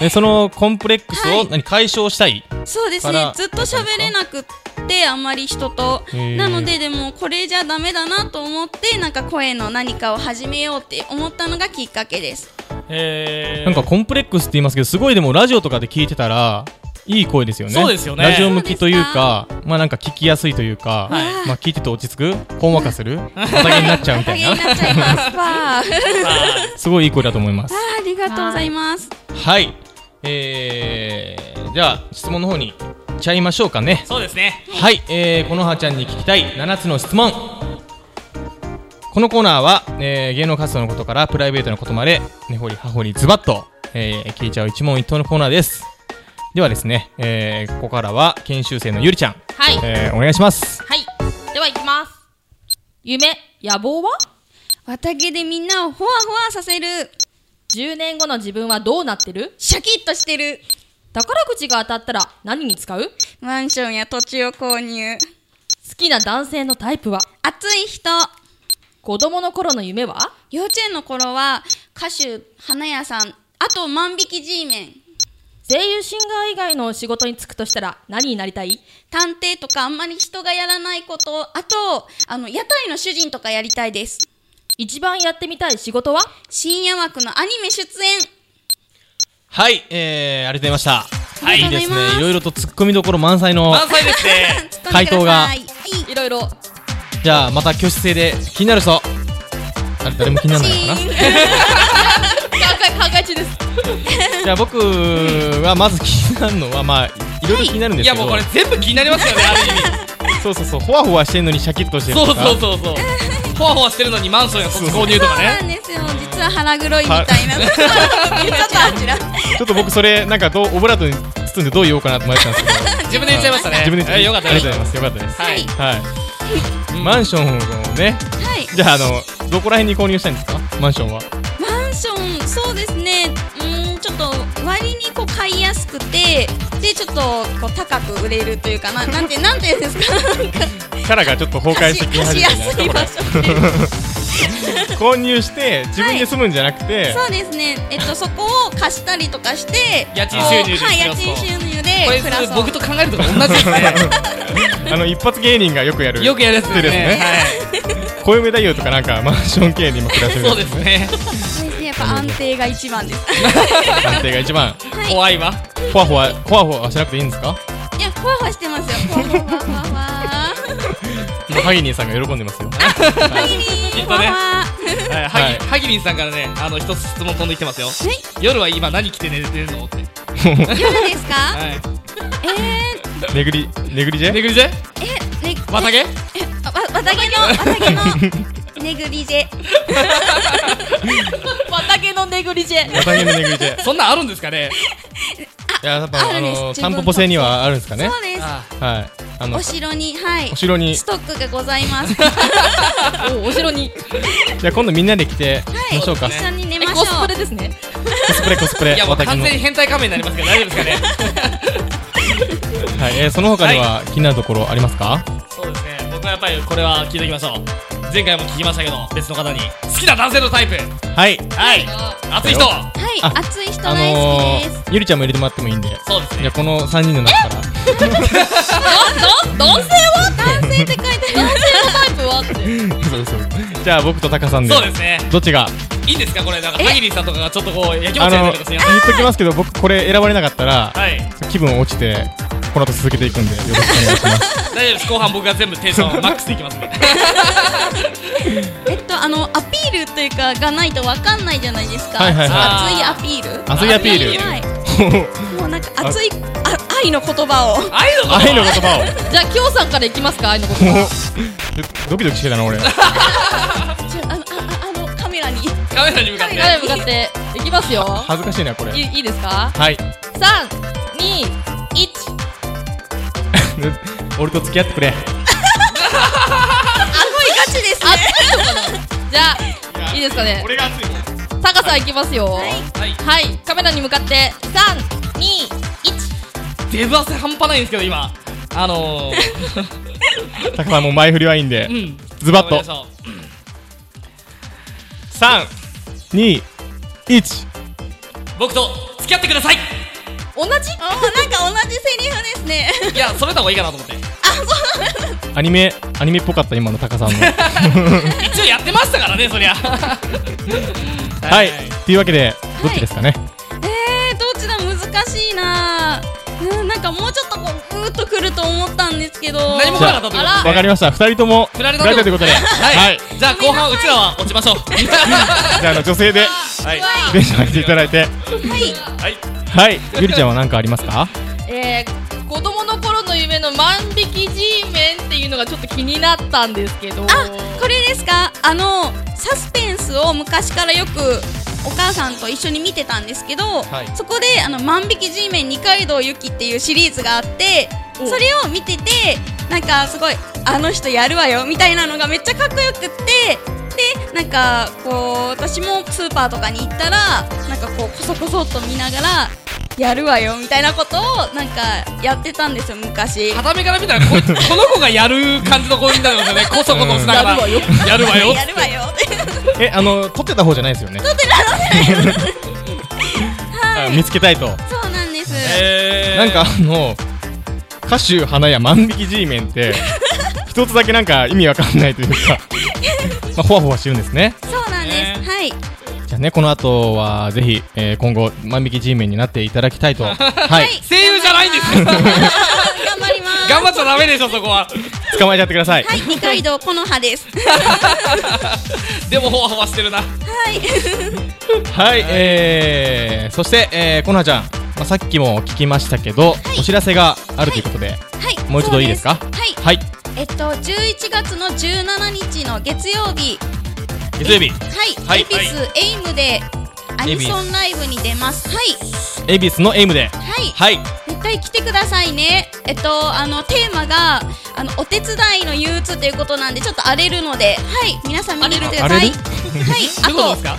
Speaker 1: えそのコンプレックス
Speaker 4: は
Speaker 1: を
Speaker 4: い
Speaker 1: 何解消したい
Speaker 4: そうです
Speaker 1: か
Speaker 4: ね
Speaker 1: ら
Speaker 4: ずっと喋れなくってあんまり人と
Speaker 1: へー
Speaker 4: なのででもこれじゃダメだなと思ってなんか声の何かを始めようって思ったのがきっかけです
Speaker 2: えー、
Speaker 1: なんかコンプレックスって言いますけどすごいでもラジオとかで聞いてたらいい声ですよね
Speaker 2: そうですよね
Speaker 1: ラジオ向きというかまあなんか聞きやすいというか、
Speaker 2: はい
Speaker 1: まあ聞いてて落ち着くほんわかするまたげになっちゃうみた
Speaker 4: 大
Speaker 1: い
Speaker 4: 変
Speaker 1: な
Speaker 4: になっちゃ いますわ
Speaker 2: あ
Speaker 4: あ
Speaker 1: すごいいい声だと思います
Speaker 4: ーありがとうございます
Speaker 1: はいえー、じゃあ質問の方に行っちゃいましょうかね
Speaker 2: ーそうですね
Speaker 1: はい、えー、このはちゃんに聞きたい7つの質問このコーナーは、えー芸能活動のことからプライベートのことまで根掘り葉掘りズバッと、えー聞いちゃう一問一答のコーナーですではですね、えーここからは研修生のゆりちゃん、
Speaker 3: はい、
Speaker 1: えーお願いします
Speaker 3: はいでは行きます夢野望は
Speaker 4: 綿毛でみんなをほわほわさせる
Speaker 3: 10年後の自分はどうなってる
Speaker 4: シャキッとしてる
Speaker 3: 宝くじが当たったら何に使う好
Speaker 4: マンションや土地を購入
Speaker 3: きな男性のタイプは
Speaker 4: 熱い人
Speaker 3: 子供の頃の夢は
Speaker 4: 幼稚園の頃は歌手花屋さんあと万引き G メン
Speaker 3: 声優シンガー以外の仕事に就くとしたら何になりたい
Speaker 4: 探偵とかあんまり人がやらないことあとあの屋台の主人とかやりたいです
Speaker 3: 一番やってみたい仕事は
Speaker 4: 深夜枠のアニメ出演
Speaker 1: はい、えー、ありがとうございました
Speaker 4: はい
Speaker 1: いですね
Speaker 4: ありがとうございます
Speaker 1: いろいろとツッコミどころ満載の
Speaker 2: 満載です ね
Speaker 1: 回答が
Speaker 4: 突っ込んでください
Speaker 3: いろいろ
Speaker 1: じゃあまた挙手制で気になる人あれ誰も気にならないのかな
Speaker 4: チーン
Speaker 3: 考え考え中です
Speaker 1: じゃあ僕はまず気になるのはまあいろいろ気になるんで
Speaker 2: い
Speaker 1: す
Speaker 2: や
Speaker 1: けど、
Speaker 2: もうこれ全部気になりますよねある意味
Speaker 1: そうそうそうほわほわしてんのにシャキッとしてる
Speaker 2: そう
Speaker 1: とか
Speaker 2: そうそうそう。ほわほわしてるのにマンションや土地購入とか
Speaker 4: そうな
Speaker 2: ね。
Speaker 4: んですよ実は腹黒いみたいな言っ ちゃったあちら
Speaker 1: ちょっと僕それなんかどうオブラートに包んでどう言おうかなと迷ったんですけど
Speaker 2: 自 分で言っちゃいましたね。
Speaker 1: 自分で言っちゃいました
Speaker 2: えよかった
Speaker 1: あ
Speaker 2: よ
Speaker 1: り
Speaker 2: か
Speaker 1: がとうござ
Speaker 2: っ
Speaker 1: いますよかったです
Speaker 2: た。はい。
Speaker 1: はい、マンションをね
Speaker 4: はい
Speaker 1: じゃああのどこら辺に購入したいんですかマンションは
Speaker 4: マンションそうですねうーんちょっと割にこう買いやすくてでちょっとこう高く売れるというかななん てなんていうんですかなんか
Speaker 1: キャラがちょっと崩壊
Speaker 4: 貸
Speaker 1: して
Speaker 4: し
Speaker 1: き始
Speaker 4: 貸し
Speaker 1: め
Speaker 4: や
Speaker 1: て
Speaker 4: すい場所っていう
Speaker 1: 購入して自分で住むんじゃなくて、
Speaker 4: そうですねえっとそこを貸したりとかして
Speaker 2: 家賃収入で
Speaker 4: こうはい
Speaker 2: 暮
Speaker 4: 家
Speaker 2: らすと
Speaker 4: 賃収入で
Speaker 2: これ
Speaker 4: 暮らそう
Speaker 2: 僕と考えるとこ同じです ね。
Speaker 1: あの一発芸人がよくやる
Speaker 2: よくやるやつですね。
Speaker 1: 小嫁太夫とかなんかマンション系に今暮らして
Speaker 2: はい。
Speaker 1: る
Speaker 2: そうですね。
Speaker 4: そうですねやっぱ安定が一番です
Speaker 1: 判定が一番
Speaker 2: 怖いわ。
Speaker 1: ほわほわほわほわしなくていいんですか
Speaker 4: いやふわふわしてますよふわふわふわふわふわ
Speaker 1: 今ハギニーさんが喜んでます よ
Speaker 2: きっ
Speaker 4: ふ
Speaker 2: と
Speaker 4: わふ
Speaker 2: ね。
Speaker 4: わ
Speaker 2: はい
Speaker 1: は
Speaker 2: はいぎはぎりんさんからね、あの一つ質問飛んできてますよ。夜は今何着て寝てるのって。
Speaker 4: 夜ですか
Speaker 2: はい。
Speaker 1: めぐりめぐりじゃ
Speaker 2: ネグリジェ？
Speaker 4: えね
Speaker 2: 綿毛？
Speaker 4: あわ綿毛の綿 毛のネグリジェ
Speaker 3: 畑のネグリジェ
Speaker 1: 綿毛のめぐりじゃ
Speaker 2: そんなんあるんですかね。
Speaker 1: いや、やっぱ、
Speaker 4: あ
Speaker 1: あ
Speaker 4: るんです
Speaker 1: の、
Speaker 4: 自
Speaker 1: タ
Speaker 4: 分
Speaker 1: ン
Speaker 4: の
Speaker 1: ポポ星にはあるんですかね。
Speaker 4: そうです
Speaker 2: あ
Speaker 1: はい。あの
Speaker 4: お、城にはい
Speaker 1: お城に、
Speaker 4: ス
Speaker 1: じ
Speaker 4: トックがござい ます。
Speaker 3: おお城に
Speaker 1: ゃ、あ今度みんなで来て、
Speaker 4: はい、
Speaker 1: ましょうか。
Speaker 4: 一緒に寝
Speaker 3: え
Speaker 4: ましょ
Speaker 3: コスプ
Speaker 4: う。
Speaker 3: レですね
Speaker 1: コスプレ、コスプレ、
Speaker 2: いやもう
Speaker 1: 綿毛
Speaker 2: 完
Speaker 1: の。は
Speaker 2: 全
Speaker 1: い
Speaker 2: に変態仮面になりますけど大丈夫ですかね。、
Speaker 1: えー、その他には、気になるところありますか。
Speaker 2: そうですね。僕はやっぱりこれは聞いておきましょう。前回も聞きましたけど、別の方に好きな男性のタイプ。
Speaker 1: はい。
Speaker 2: はい。熱い人。
Speaker 4: はい、
Speaker 1: あ
Speaker 4: 熱い人
Speaker 1: あ
Speaker 4: 大好
Speaker 1: の
Speaker 4: きです。
Speaker 1: ー、ゆりちゃんも入れてもらってもいいんで。
Speaker 2: そうです
Speaker 1: じゃ、
Speaker 2: ね。
Speaker 1: この三人の中から。
Speaker 3: ど男性は
Speaker 4: 男性って書いて ある。
Speaker 3: タイプはって
Speaker 1: そうです。じゃあ、僕とタカさんで
Speaker 2: そう。ですね。
Speaker 1: どっちが、
Speaker 2: いいんですかこれなんかハギリーさんとかがちょっとこうやきも
Speaker 1: あ
Speaker 2: ちや
Speaker 1: の、
Speaker 2: ったりとか
Speaker 1: 言
Speaker 2: し
Speaker 1: っ
Speaker 2: ます
Speaker 1: ときますけど、僕、これ選ばれなかったら、
Speaker 2: はい。
Speaker 1: 気分落ちて、この後続けていくんで、よろしくお願いし ます。
Speaker 2: 大丈夫です。後半僕が全部テンションマックスでいきますんで。
Speaker 4: えっと、あの、アピールというか、がないとわかんないじゃないですか。
Speaker 1: はいはい
Speaker 2: はい
Speaker 4: 熱いアピール。
Speaker 1: 熱いアピール。
Speaker 4: はい、もうなんか熱い、あ、愛の言葉を。
Speaker 2: 愛の
Speaker 1: 愛の
Speaker 2: こ
Speaker 1: 言葉を。
Speaker 3: じゃあきょうさんからいきますか愛 のこと
Speaker 1: もうドキドキしてたな俺
Speaker 4: ちょあの、あ、ああの、カメラに。
Speaker 2: カメラに向かって
Speaker 3: 誰に向かっていきますよ
Speaker 1: 恥ずかしいなこれ
Speaker 3: いいいですか
Speaker 1: はい
Speaker 3: 三二一
Speaker 1: 俺と付き合ってくれ
Speaker 4: ガチです
Speaker 3: あ
Speaker 4: ね
Speaker 3: 熱いのかなじゃあいいですかね
Speaker 1: 俺が熱いもん
Speaker 3: 高さんいきますよはい、
Speaker 2: はい
Speaker 3: カメラに向かって三二一
Speaker 2: 出ぶ汗半端ないんですけど今あのー、
Speaker 1: 高さんもう前振りはいいんで
Speaker 2: うん
Speaker 1: ズバッと
Speaker 2: 頑張りましょう
Speaker 1: 321
Speaker 2: 僕と付き合ってください
Speaker 3: 同 じ
Speaker 4: あなんか同じセリフですね
Speaker 2: いやそれた方がいいかなと思って
Speaker 1: アニメアニメっぽかった今の高さんの
Speaker 2: 一応やってましたからね そりゃは
Speaker 1: はいというわけでどっちですかね
Speaker 4: えー、どっちだ難しいなうんなんかもうちょっとこうグーッとくると思ったんですけど
Speaker 2: 何も来
Speaker 1: じ
Speaker 2: な
Speaker 1: ゃ
Speaker 2: か
Speaker 1: あ
Speaker 2: ったってこと
Speaker 3: あ
Speaker 2: ですね
Speaker 1: わかりました二人とも
Speaker 2: 振られた
Speaker 1: 振ということでは
Speaker 2: はい
Speaker 1: い、
Speaker 2: じゃあ後半うちらは落ちまし ょう
Speaker 1: じゃああの女性で
Speaker 2: はい
Speaker 1: 電車入っていただいて
Speaker 2: はい
Speaker 1: はいゆりちゃんは何かありますか
Speaker 3: えー、子供の頃の夢の万引き G メンっていうのがちょっと気になったんですけど
Speaker 4: あこれですかあのサスペンスを昔からよくお母さんと一緒に見てたんですけど、
Speaker 1: はい
Speaker 4: そこで「あの万引き G メン二階堂ゆき」っていうシリーズがあって
Speaker 3: お
Speaker 4: それを見ててなんかすごい「あの人やるわよ」みたいなのがめっちゃかっこよくってでなんかこう私もスーパーとかに行ったらなんかこうこそこそっと見ながら「やるわよ」みたいなことをなんかやってたんですよ昔。
Speaker 2: 畳から見たらこいつこの子がやる感じの子になるんですよねこそこそしながら、
Speaker 3: うん
Speaker 2: やるわよ
Speaker 4: やるわよって
Speaker 1: えあの撮ってた方じゃないですよね撮って た方じゃない見つけたいと
Speaker 4: そうなんです、
Speaker 2: え ー
Speaker 1: なんかあの歌手花や万引き G メンって一つだけなんか意味わかんないというか まあほわほわしてるんですね
Speaker 4: そうなんです、
Speaker 2: ね
Speaker 4: はい
Speaker 1: じゃあねこの後はぜひ、えー今後万引き G メンになっていただきたいとはい
Speaker 2: 声優じゃないんですよ
Speaker 4: 頑張ります。
Speaker 2: 頑張っちゃダメでしょそこは
Speaker 1: 捕まえちゃってください、
Speaker 4: はい、二階堂この葉です。
Speaker 2: でもほわほわしてるな
Speaker 1: はい、えー、そして、えー、コナちゃん、まあ、さっきも聞きましたけど、お知らせがあるということで、
Speaker 4: はい、
Speaker 1: もう一度いいですか
Speaker 4: そうはい、
Speaker 1: はい、
Speaker 4: えっと、11月の17日の月曜日、
Speaker 1: 月曜日、
Speaker 4: はい、
Speaker 1: はい
Speaker 4: エピス、エイムでアニソンライブに出ます。はい、
Speaker 1: 恵比寿のエイムで、
Speaker 4: はい、
Speaker 1: はい、
Speaker 4: 絶対来てくださいね。えっと、あのテーマがあのお手伝いの憂鬱ということなんでちょっと荒れるので、はい、皆さん見に来てくだ
Speaker 1: 荒
Speaker 4: さ
Speaker 1: れ
Speaker 4: い。
Speaker 1: る
Speaker 2: どういうこと
Speaker 4: は
Speaker 2: です
Speaker 4: い、あと
Speaker 2: か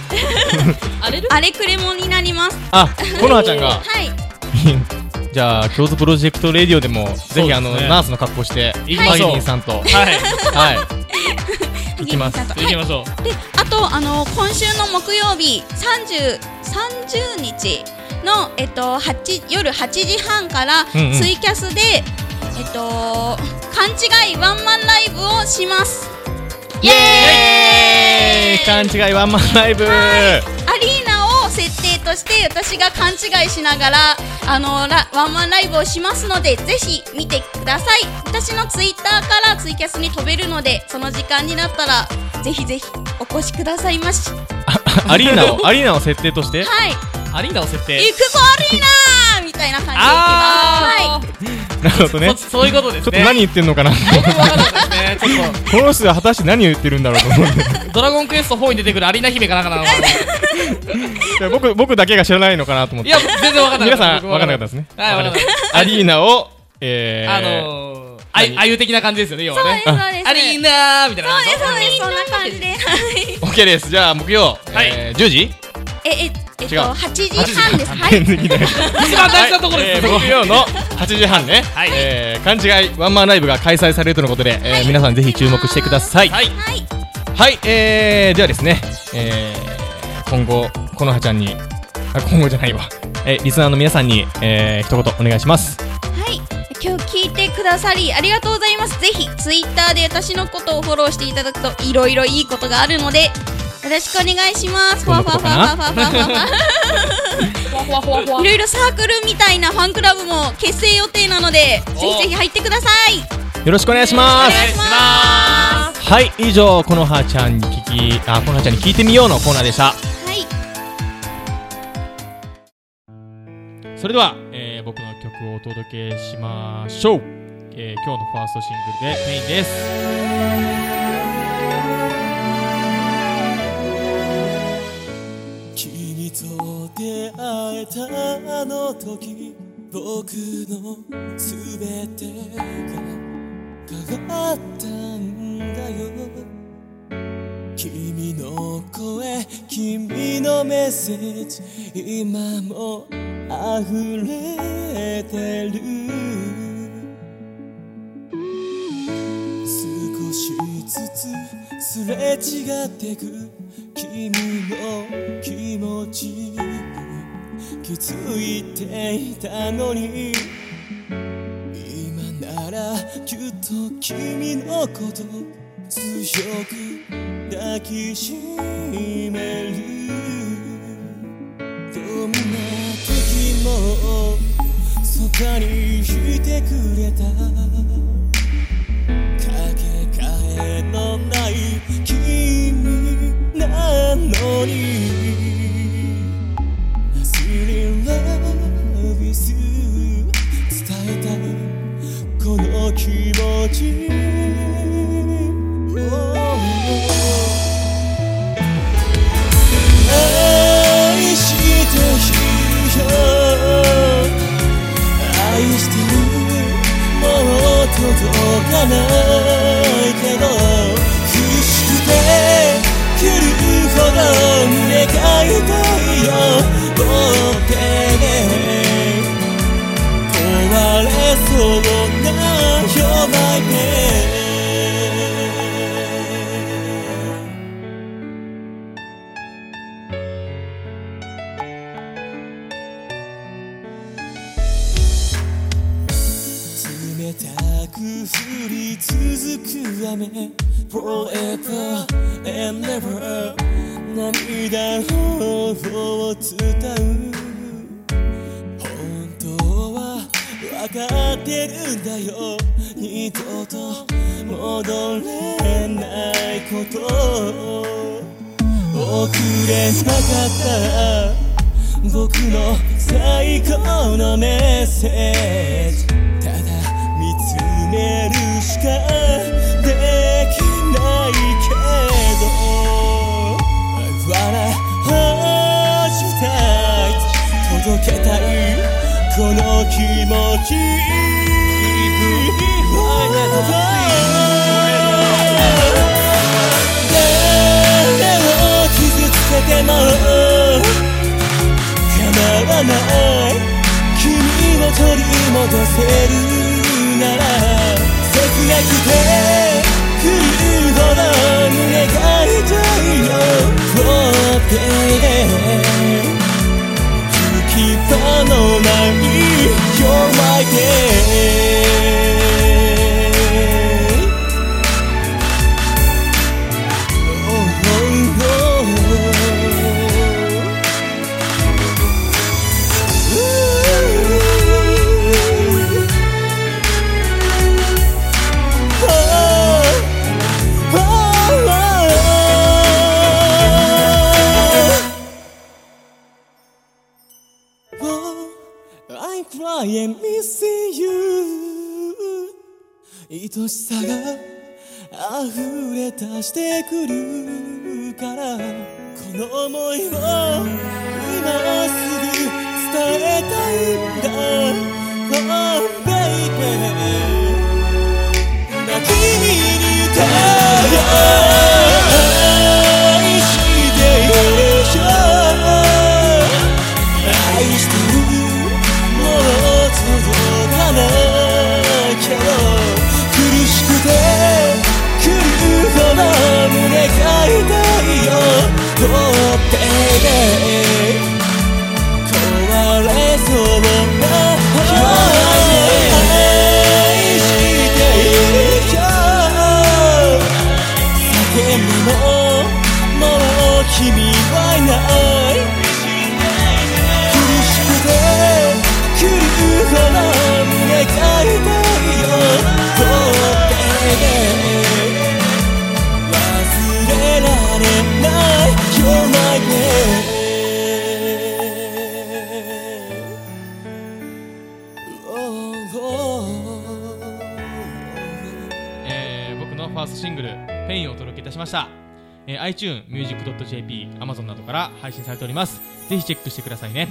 Speaker 3: あれる
Speaker 4: 荒れくれもんになります。
Speaker 1: あ、コナちゃん が、
Speaker 4: はい、
Speaker 1: じゃあ、京都プロジェクトレディオでも、ぜ
Speaker 2: そう
Speaker 1: ひ、
Speaker 2: ですね
Speaker 1: あの、ナースの格好して、
Speaker 2: 行きましょ
Speaker 1: ハ
Speaker 2: う
Speaker 1: ギニーさんと、はい、
Speaker 2: はい
Speaker 1: 行きます
Speaker 4: 萩野さんと
Speaker 2: 行きましょう
Speaker 4: であとあの今週の木曜日30 30日のえっと八夜8時半から
Speaker 1: うんうん
Speaker 4: ツイキャスで、えっと勘違いワンマンライブをします。
Speaker 1: イエーイ勘違いワンマンライブ、
Speaker 4: アリーナを設定として私が勘違いしながらあのラワンマンライブをしますのでぜひ見てください私のツイッターからツイキャスに飛べるのでその時間になったらぜひぜひお越しくださいましは
Speaker 1: アリーナを、アリーナを設定として、
Speaker 4: い
Speaker 2: アリーナを設定
Speaker 4: 行くぞアリーナーみたいな感じで行きますはい
Speaker 2: あ
Speaker 1: なるほど
Speaker 2: ー、
Speaker 1: ね、
Speaker 2: そそういうことですね
Speaker 1: ちょっと何言ってんのかな、
Speaker 2: 僕もわかんなかったですねちょっと
Speaker 1: この人は果たして何を言ってるんだろうと思って。
Speaker 2: ドラゴンクエスト4に出てくるアリーナ姫かなんかなのか ない
Speaker 1: や僕僕だけが知らないのかなと思って
Speaker 2: や全然わかんな
Speaker 1: 皆
Speaker 2: かった
Speaker 1: さん分かんなかったですね
Speaker 2: はいわかんなかっ
Speaker 1: アリーナをえー
Speaker 2: たあのーあゆあゆ的な感じですよね要はね
Speaker 4: そうですそうです
Speaker 2: アリーナーみたいな感じでしょ
Speaker 4: そうですそんな感じではい
Speaker 1: OK ですじゃあ木曜
Speaker 2: はい
Speaker 1: えー10時
Speaker 4: えええっ
Speaker 1: 違う
Speaker 4: と八時半ですは
Speaker 1: 全
Speaker 4: い
Speaker 1: 然聞いて ない
Speaker 2: 一番大事なとこ
Speaker 1: は
Speaker 2: ろ
Speaker 1: い
Speaker 2: で
Speaker 1: え
Speaker 2: す
Speaker 1: ー
Speaker 2: よ
Speaker 1: 木曜の8時半ね
Speaker 2: はい
Speaker 1: えー勘違いワンマンライブが開催されるとのことでえー皆さんぜひ注目してください
Speaker 2: はい
Speaker 4: はい
Speaker 1: はいえーではですねえー今後このはちゃんにあ今後じゃないわえーリスナーの皆さんにえー一言お願いします
Speaker 4: はい今日聞いてくださりありがとうございますぜひツイッターで私のことをフォローしていただくといろいろいいことがあるのでよろしくお願いしますふ
Speaker 1: どん
Speaker 4: わ
Speaker 1: な
Speaker 4: ふ
Speaker 1: こ
Speaker 4: わ
Speaker 1: と
Speaker 4: ふ
Speaker 1: かな
Speaker 4: わふわふわふわふわ
Speaker 3: ほわほわほわほわ
Speaker 4: いろいろサークルみたいなファンクラブも結成予定なのでぜひぜひ入ってください
Speaker 1: よろしくお願いしま
Speaker 4: お
Speaker 1: す
Speaker 4: 願いします
Speaker 1: はい以上このはちゃんに聞きあこのはちゃんに聞いてみようのコーナーでした
Speaker 4: はい
Speaker 1: それでは、えー僕の曲をお届けしましょう、えー今日のファーストシングルでメインです
Speaker 6: の時僕の全てが変わったんだよ君の声君のメッセージ今も溢れてる少しずつすれ違ってく君の気持ちに気づいていたのに今ならきっと君のこと強く抱きしめるどんな時もそばにいてくれたかけがえのない君なのに Still love is you 伝えたいこの気持ち Oh 愛しているよ愛してるもう届かないけど苦しくて来るほど願いたいよもう手で壊れそうな弱い目冷たく降り続く雨 Forever and never 涙を伝う本当は分かってるんだよ二度と戻れないこと遅れなかった僕の最高のメッセージただ見つめるしかできないけど I wanna hold you tight 届けたいこの気持ち Forever 誰を傷つけても構わない君を取り戻せるなら切なくて来るほど願いたいよもう手で吹き場のない弱い手 Oh, oh, I'm crying, missing you. 愛しさが溢れ出してくるからこの想いを今すぐ伝えたいんだ Oh baby 今君に歌う愛しているよ愛してるもう届かないけど苦しくて来るほど胸が痛いよどうってね壊れそうな愛しているよ叫びももう君はいない苦しくて来るほど願いたいよどうかね忘れられない You're my babe Oh, oh, oh.
Speaker 1: えー僕のファーストシングル「ペインをお届けいたしました、えー、iTune、music.jp、Amazon などから配信されておりますぜひチェックしてくださいね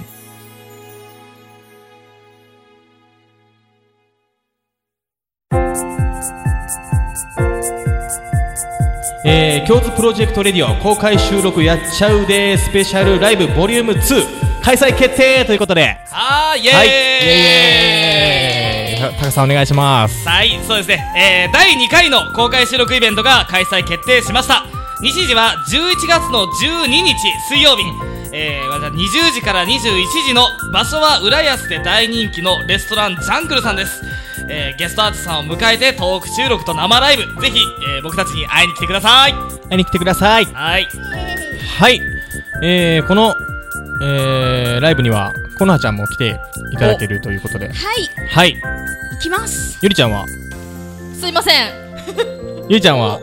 Speaker 1: えー、京都プロジェクトレディオ公開収録やっちゃうでスペシャルライブボリューム2開催決定ということで
Speaker 2: あーイエーイ、
Speaker 1: はいイエーイた高さんお願いします
Speaker 2: はい、そうですね、えー第2回の公開収録イベントが開催決定しました日時は11月の12日水曜日、えー、20時から21時の場所は浦安で大人気のレストランジャングルさんです、えーゲストアーティストさんを迎えてトーク収録と生ライブぜひ、えー僕たちに会いに来てください
Speaker 1: 会いに来てください
Speaker 2: はい
Speaker 1: はい、えー、この、えー、ライブにはコナハちゃんも来ていただけるということで
Speaker 4: はい
Speaker 1: はい
Speaker 4: 行きます
Speaker 1: ゆりちゃんは
Speaker 3: すいません
Speaker 1: ゆりちゃんは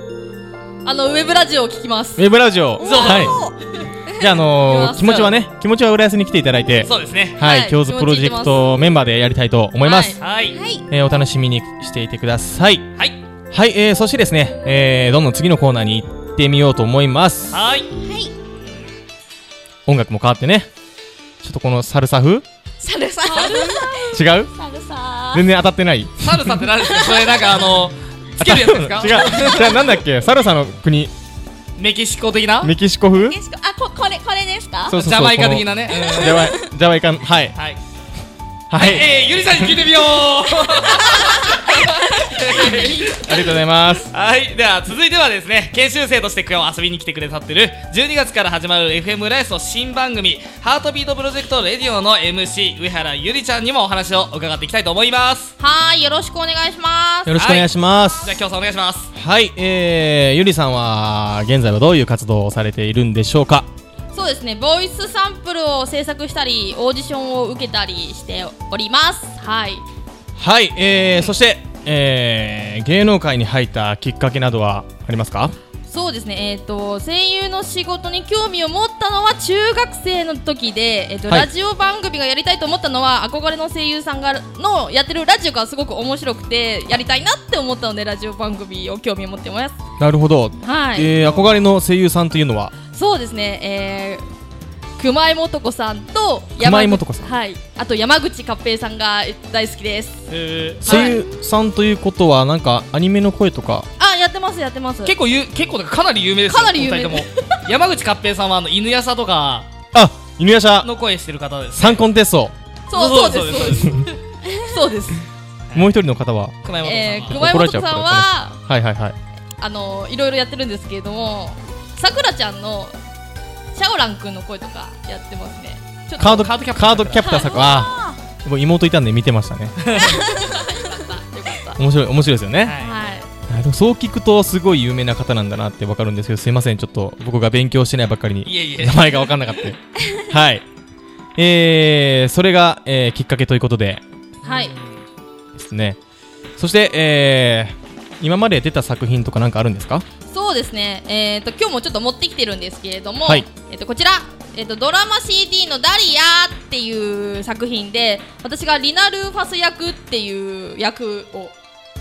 Speaker 3: あのウェブラジオを聞きます
Speaker 1: ウェブラジオ
Speaker 2: そう
Speaker 1: はい じゃあ、あのー、気持ちはね気持ちは浦安に来ていただいて
Speaker 2: そうですね
Speaker 1: は
Speaker 3: はい
Speaker 1: い、京都プロジェクトメンバーでやりたいと思います、
Speaker 2: はい
Speaker 4: はい
Speaker 1: えーお楽しみにしていてください
Speaker 2: はい
Speaker 1: はい、えー、そしてですね、えー、どんどん次のコーナーに行ってみようと思います
Speaker 2: はい
Speaker 1: 音楽も変わってねちょっとこのサルサ風違う
Speaker 4: サルササルサ
Speaker 1: 全然当たって ない
Speaker 2: サルサって何ですかそれなんかあのつけるやつですか
Speaker 1: 違うじゃあなんだっけサルサの国
Speaker 2: メキシコ的な
Speaker 1: メキシコ風
Speaker 4: よしこあここれこれですか
Speaker 1: そうそうそう
Speaker 2: ジャマイカ的なね
Speaker 1: このジャマイジャマイカのはい
Speaker 2: はい
Speaker 1: はい、
Speaker 2: えー、ゆりさんに聞いてみよう
Speaker 1: ありがとうございます
Speaker 2: はいでは続いてはですね研修生として今日遊びに来てくれたってる12月から始まる FM ライスの新番組「ハートビートプロジェクトレディオ」の MC 上原ゆりちゃんにもお話を伺っていきたいと思います
Speaker 3: はーいよろしくお願いします
Speaker 1: よろしくお願いします
Speaker 2: じゃあ京さんお願いします
Speaker 1: はい、えー、ゆりさんは現在はどういう活動をされているんでしょうか
Speaker 3: そうですねボイスサンプルを制作したりオーディションを受けたりしておりますはい
Speaker 1: はい、えー、そして、えー、芸能界に入ったきっかけなどはありますか
Speaker 3: そうですねえっ、と声優の仕事に興味を持ったのは中学生の時で、えーと
Speaker 1: はい
Speaker 3: ラジオ番組がやりたいと思ったのは憧れの声優さんがのやってるラジオがすごく面白くてやりたいなって思ったのでラジオ番組を興味を持ってます
Speaker 1: なるほど、
Speaker 3: はい、
Speaker 1: えー、憧れの声優さんというのは
Speaker 3: そうですね、えー、熊井素子さんと
Speaker 1: 熊井
Speaker 3: 山
Speaker 1: 素子
Speaker 3: 口
Speaker 1: さん
Speaker 3: はい、あと山口勝平さんが大好きです
Speaker 1: 声優さんということはなんかアニメの声とか
Speaker 3: あやってますやってます
Speaker 2: 結構ゆ結構かなり有名ですよ
Speaker 3: かなり有名
Speaker 2: お二人とも山口勝平さんはあの犬やさとか
Speaker 1: あ犬夜叉
Speaker 2: の声してる方です
Speaker 1: 三コンテスト
Speaker 3: そうそうです
Speaker 2: そ
Speaker 3: そう
Speaker 2: で
Speaker 3: うですすそうです
Speaker 1: もう一人の方は
Speaker 2: 熊山さんは、
Speaker 3: えー熊井素子さんは
Speaker 1: はいはいはい
Speaker 3: あのいろいろやってるんですけれどもさくらちゃんのシャオランくんの声とかやってますねちょっと
Speaker 1: カード
Speaker 2: カ
Speaker 1: カ
Speaker 2: ードキャプター
Speaker 1: ードキャプター作あー僕妹いたんで見てま したね
Speaker 3: よかっ
Speaker 1: 面白い面白いですよね、
Speaker 3: た
Speaker 2: は
Speaker 3: はい
Speaker 1: あでもそう聞くとすごい有名な方なんだなってわかるんですけどすいませんちょっと僕が勉強してないばっかりに
Speaker 2: い、いえいえ
Speaker 1: 名前が分かんなか った。はい。えー、それが、えーきっかけということで
Speaker 3: はい
Speaker 1: ですね。そして、えー、今まで出た作品とかなんかあるんですか
Speaker 3: そうですね、えー、と今日もちょっと持ってきてるんですけれども、
Speaker 1: はい
Speaker 3: えー、とこちら、えー、とドラマ CD の「ダリア」っていう作品で私がリナ・ルーファス役っていう役を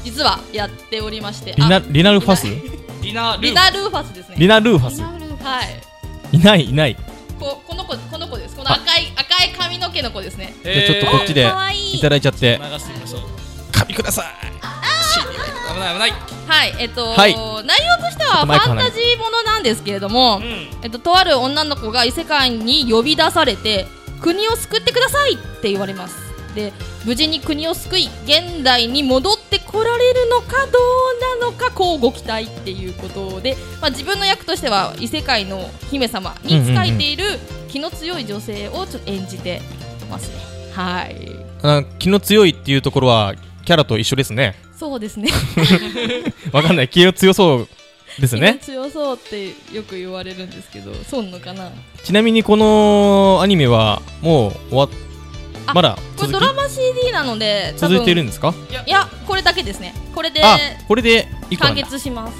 Speaker 3: 実はやっておりまして
Speaker 1: リナ、
Speaker 3: あ
Speaker 1: リナルファス
Speaker 2: リナ・ル
Speaker 3: リ
Speaker 2: ー
Speaker 3: ナ・ルーファスです
Speaker 1: リ
Speaker 3: ね
Speaker 1: ナルーファス
Speaker 3: はい
Speaker 1: いない、いない。
Speaker 3: ここの子この子ですこの赤い赤い髪の毛の子ですね
Speaker 1: じゃあちょっとこっちで
Speaker 4: かわいい
Speaker 1: いただいちゃって。
Speaker 2: 流してみましょう
Speaker 1: 紙ください
Speaker 2: 危ない危ない
Speaker 3: はいえっ、と、
Speaker 1: はい
Speaker 3: 内容としてはファンタジーものなんですけれども、
Speaker 2: うん
Speaker 3: えっと、とある女の子が異世界に呼び出されて国を救ってくださいって言われますで無事に国を救い現代に戻ってこられるのかどうなのかこうご期待っていうことで、まあ、自分の役としては異世界の姫様に仕えている気の強い女性をちょっと演じてますねはい
Speaker 1: あ気の強いっていうところは、キャラと一緒ですね。
Speaker 3: そうですね
Speaker 1: わかんない。気の強そうです
Speaker 3: 気の
Speaker 1: ね。
Speaker 3: 強そうってよく言われるんですけどそうなのかな
Speaker 1: ちなみにこのアニメは、もう終わっ、
Speaker 3: あ
Speaker 1: まだ
Speaker 3: こ
Speaker 1: 続
Speaker 3: れド
Speaker 1: き
Speaker 3: ラマ CD なので多
Speaker 1: 続
Speaker 3: 分
Speaker 1: いているんですか
Speaker 3: いやこれだけですねこれで
Speaker 1: あ、これで一個なん
Speaker 3: 完
Speaker 1: だ
Speaker 3: 結します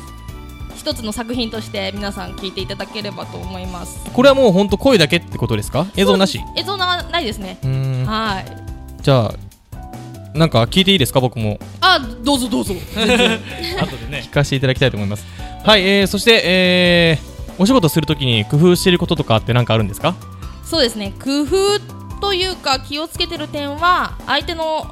Speaker 3: 一つの作品として皆さん聞いていただければと思います
Speaker 1: これはもう本当声だけってことですか映像なし
Speaker 3: 映像なないですね
Speaker 1: うーん
Speaker 3: はい
Speaker 1: じゃあなんか聞いていいですか僕も
Speaker 3: あどうぞどうぞ
Speaker 2: 後でね
Speaker 1: 聞かせていただきたいと思いますはい、えー、そして、えー、お仕事するときに工夫していることとかって何かあるんですか
Speaker 3: そうですね工夫というか気をつけてる点は相手の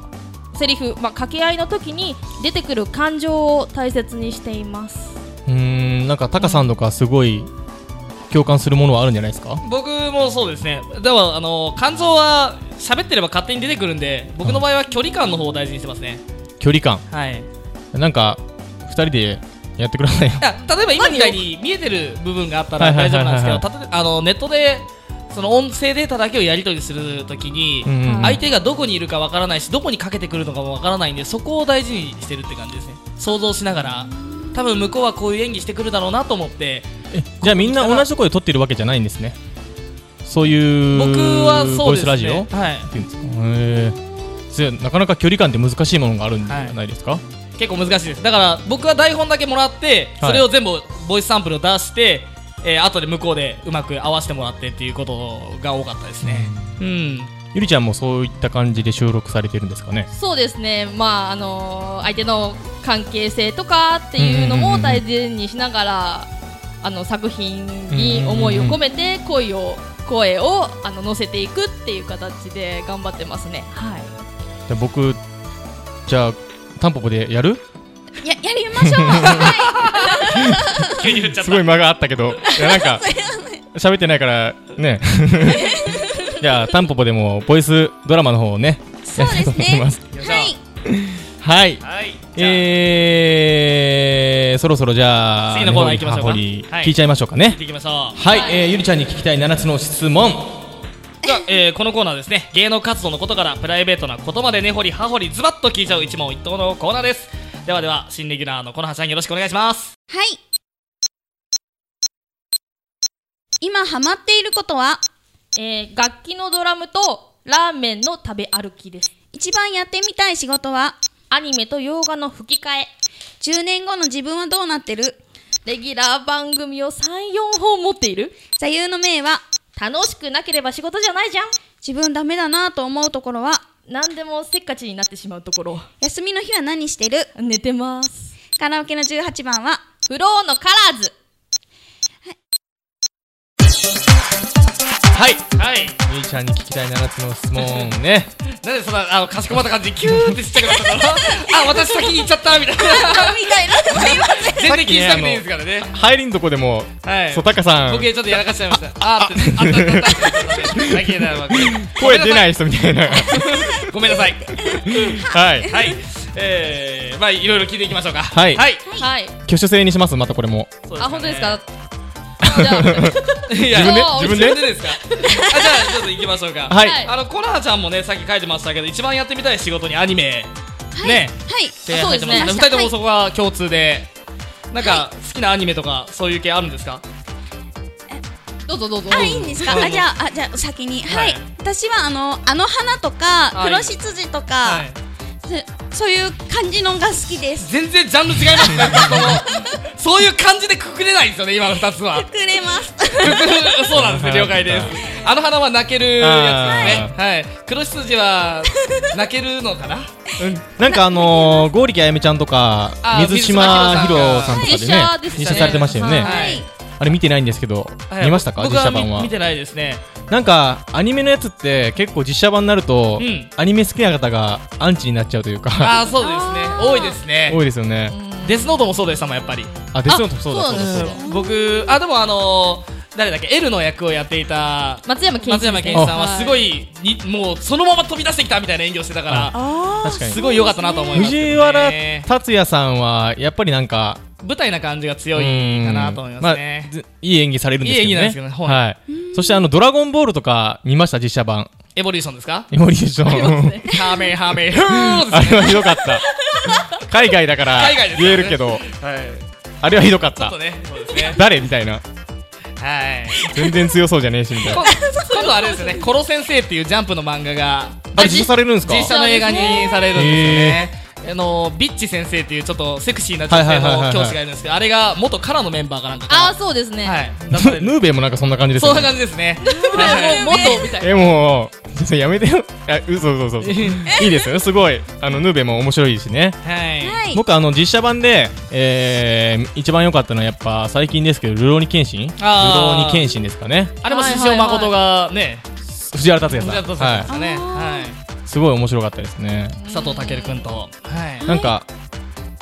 Speaker 3: セリフまあ掛け合いの時に出てくる感情を大切にしています
Speaker 1: うーんなんかタカさんとかすごい共感するものはあるんじゃないですか
Speaker 2: 僕もそうですねでもあの肝臓は喋ってれば勝手に出てくるんで僕の場合は距離感の方を大事にしてますね
Speaker 1: 距離感
Speaker 2: はい
Speaker 1: なんか2人でやってくださいよ
Speaker 2: いや例えば今みたいに見えてる部分があったら大丈夫なんですけど
Speaker 1: はいは
Speaker 2: たとえあのネットでその音声データだけをやり取りするときに、
Speaker 1: うんうん
Speaker 2: 相手がどこにいるかわからないしどこにかけてくるのかもわからないんでそこを大事にしてるって感じですね想像しながら多分向こうはこういう演技してくるだろうなと思って
Speaker 1: えじゃあみんな同じところで撮ってるわけじゃないんですねそういう
Speaker 2: 僕はそう
Speaker 1: ボイ
Speaker 2: です
Speaker 1: ス
Speaker 2: ね
Speaker 1: ラジオ
Speaker 2: はい、
Speaker 1: っていうんですかへえそれなかなか距離感って難しいものがあるんじゃないですか、
Speaker 2: 結構難しいですだから僕は台本だけもらって
Speaker 1: はい
Speaker 2: それを全部ボイスサンプルを出して、えー後で向こうでうまく合わせてもらってっていうことが多かったですねうん
Speaker 1: ゆりちゃんもそういった感じで収録されてるんですかね
Speaker 3: そうですね、まああのー相手の関係性とかっていうのも大事にしながら、あの作品に思いを込めて恋を声をあの乗せていくっていう形で頑張ってますね。はい。
Speaker 1: じゃあ僕じゃあタンポポでやる
Speaker 4: ややりましょうはい
Speaker 2: 急に振っちゃっ
Speaker 1: す
Speaker 2: た
Speaker 1: ごい間があったけどいやなん か喋ってないからねじゃあタンポポでもボイスドラマの方をね
Speaker 4: そうです
Speaker 1: やりたいと
Speaker 4: ね
Speaker 1: 思います
Speaker 2: よいしょ
Speaker 4: はい
Speaker 1: はい
Speaker 2: はいじゃあ
Speaker 1: えー、そろそろじゃあ
Speaker 2: 次のコーナー行きましょうか
Speaker 1: 根掘り葉掘り
Speaker 2: はい
Speaker 1: 聞いちゃいましょうかね
Speaker 2: 聞いていきましょう
Speaker 1: はい、えー、ゆりちゃんに聞きたい7つの質問
Speaker 2: じゃあ、えーこのコーナーですね芸能活動のことからプライベートなことまで根掘り葉掘りズバッと聞いちゃう一問一答のコーナーですではでは新レギュラーのこのはちゃんよろしくお願いします
Speaker 4: はい今ハマっていることは
Speaker 3: えー楽器のドラムとラーメンの食べ歩きです。
Speaker 4: 一番やってみたい仕事は
Speaker 3: アニメと洋画の吹き替え。
Speaker 4: 10年後の自分はどうなってる
Speaker 3: レギュラー番組を3、4本持っている
Speaker 4: 座右の銘は
Speaker 3: 楽しくなければ仕事じゃないじゃん
Speaker 4: 自分ダメだなと思うところは
Speaker 3: 何でもせっかちになってしまうところ。
Speaker 4: 休みの日は何してる
Speaker 3: 寝てます。
Speaker 4: カラオケの18番は
Speaker 3: フローのカラーズ
Speaker 1: はい
Speaker 2: はい
Speaker 1: ゆりちゃんに聞きたい7つの質問ね
Speaker 2: なんでそんなあのかしこまった感じでキューってちっちゃくなったんだろう あ私先に行っちゃったみたいな
Speaker 4: みたいな
Speaker 2: 全然気にしなくていいですからね
Speaker 1: 入りんとこでも
Speaker 2: はい
Speaker 1: そうたかさん
Speaker 2: 僕ちょっとやらかしちゃいましたあーってあったあったあっただけだわ
Speaker 1: 声出ないい人みたいな
Speaker 2: ごめんなさい
Speaker 1: はい
Speaker 2: はいえー、まあいろいろ聞いていきましょうか
Speaker 1: はい
Speaker 2: はい
Speaker 3: はい。
Speaker 1: 挙手制にしますまたこれも
Speaker 2: そうね
Speaker 3: あ、本当で すかじゃあ、
Speaker 2: いや
Speaker 1: 自分で
Speaker 3: そう
Speaker 1: 自分
Speaker 2: 自
Speaker 1: で
Speaker 2: 分でですかあじゃあちょっと行きましょうか
Speaker 1: はい、
Speaker 3: はい
Speaker 2: あのコナーちゃんもねさっき書いてましたけど一番やってみたい仕事にアニメ、ね
Speaker 4: はい
Speaker 2: って書いてま
Speaker 3: あ
Speaker 2: す
Speaker 3: そうですね
Speaker 2: ね二人ともそこが共通で、なんか好きなアニメとかそういう系あるんですか
Speaker 3: どうぞどうぞ。
Speaker 4: あいいんですか
Speaker 2: うん
Speaker 4: あじゃああじゃあ先にはい、
Speaker 2: はい
Speaker 4: 私はあのあの花とか
Speaker 2: はい
Speaker 4: 黒しつじとか、
Speaker 2: はい
Speaker 4: そそういう感じのが好き です
Speaker 2: 全然ジャンル違いますねこのそういう感じでくくれないんですよね今の二つ は
Speaker 4: くれます
Speaker 2: そうなんですね了解ですあの花は泣けるやつですねはい黒羊は泣けるのかな
Speaker 1: なんかあのー、剛力あやめちゃんとか
Speaker 2: あー
Speaker 1: 水島ひろさんとかで
Speaker 3: 水
Speaker 1: ね
Speaker 3: 島でしたね
Speaker 1: 実写されてましたよね、
Speaker 2: はい
Speaker 4: はい
Speaker 1: あれ見てないんですけど、
Speaker 2: はい
Speaker 1: 見ましたか
Speaker 2: 僕
Speaker 1: 実
Speaker 2: は
Speaker 1: 写
Speaker 2: 見
Speaker 1: 版は
Speaker 2: 見てないですね
Speaker 1: なんかアニメのやつって結構実写版になると、
Speaker 2: うん
Speaker 1: アニメ好きな方がアンチになっちゃうというか
Speaker 2: ああそうですね
Speaker 3: あー
Speaker 2: 多いですね
Speaker 1: 多いですよね、
Speaker 2: デスノートもそうでしたもんやっぱり
Speaker 1: あデスノートもそうだ
Speaker 3: あ
Speaker 1: そうだそう
Speaker 3: そう
Speaker 1: だ
Speaker 3: なん
Speaker 2: 僕あでもあのー、誰だっけ L の役をやっていた
Speaker 3: 松山ケンイチ
Speaker 2: 松山ケンイチさんはすご
Speaker 3: い。
Speaker 2: いにもうそのまま飛び出してきたみたいな演技をしてたから
Speaker 1: 確かに
Speaker 2: すごい良かったなと思いますけ
Speaker 1: 藤
Speaker 2: ど
Speaker 1: 原
Speaker 2: ね
Speaker 1: 竜也さんはやっぱりなんか
Speaker 2: 舞台な感じが強いかなと思いますね
Speaker 1: うんまあずいい演技されるんですけどね
Speaker 2: いい演技なんですけどねはい
Speaker 1: はいそしてあの「ドラゴンボール」とか見ました実写版
Speaker 2: エボリューションですか
Speaker 1: エボリューション
Speaker 2: ハーメイハーメイフーです
Speaker 1: あれはひどかった海外だから
Speaker 2: 海外ですからね
Speaker 1: 言えるけど
Speaker 2: はい
Speaker 1: あれはひどかっ
Speaker 2: ちょったとねそうですね
Speaker 1: 誰みたいな
Speaker 2: はい
Speaker 1: 全然強そうじゃねえしみたいな
Speaker 2: 今今度あれですよね「コロ先生」っていうジャンプの漫画が
Speaker 1: あれ実写されるんですか
Speaker 2: 実写の映画にされるんですよね。あのビッチ先生っていうちょっとセクシーな女性
Speaker 1: はいはいはいは
Speaker 2: の
Speaker 1: い
Speaker 2: 教師がいるんですけど、あれが元カラのメンバーかなんかか
Speaker 3: あー、そうですね。
Speaker 2: な。はい。出される
Speaker 1: ムーベもなんかそんな感じです
Speaker 2: そ
Speaker 1: よ
Speaker 2: んな
Speaker 1: ね
Speaker 2: 感じですね。はい
Speaker 3: もう元みたいな。
Speaker 1: えもう ちょやめてよあ嘘嘘嘘嘘いいですよすごいあのヌーベも面白いしね
Speaker 2: はい。
Speaker 4: はい
Speaker 1: 僕あの実写版で、えー、一番良かったのはやっぱ最近ですけど「ルローニケンシン」「ルロ
Speaker 2: あー
Speaker 1: ーニケンシン」ですかね
Speaker 2: あれも
Speaker 3: はい
Speaker 2: 獅子王誠がね、
Speaker 1: 藤原竜也さ
Speaker 2: 藤原
Speaker 1: ん
Speaker 2: 竜也さんです
Speaker 1: は
Speaker 2: かね。はい
Speaker 1: すごい面白かったですね
Speaker 2: い。佐藤健くんと。はい。
Speaker 1: なんか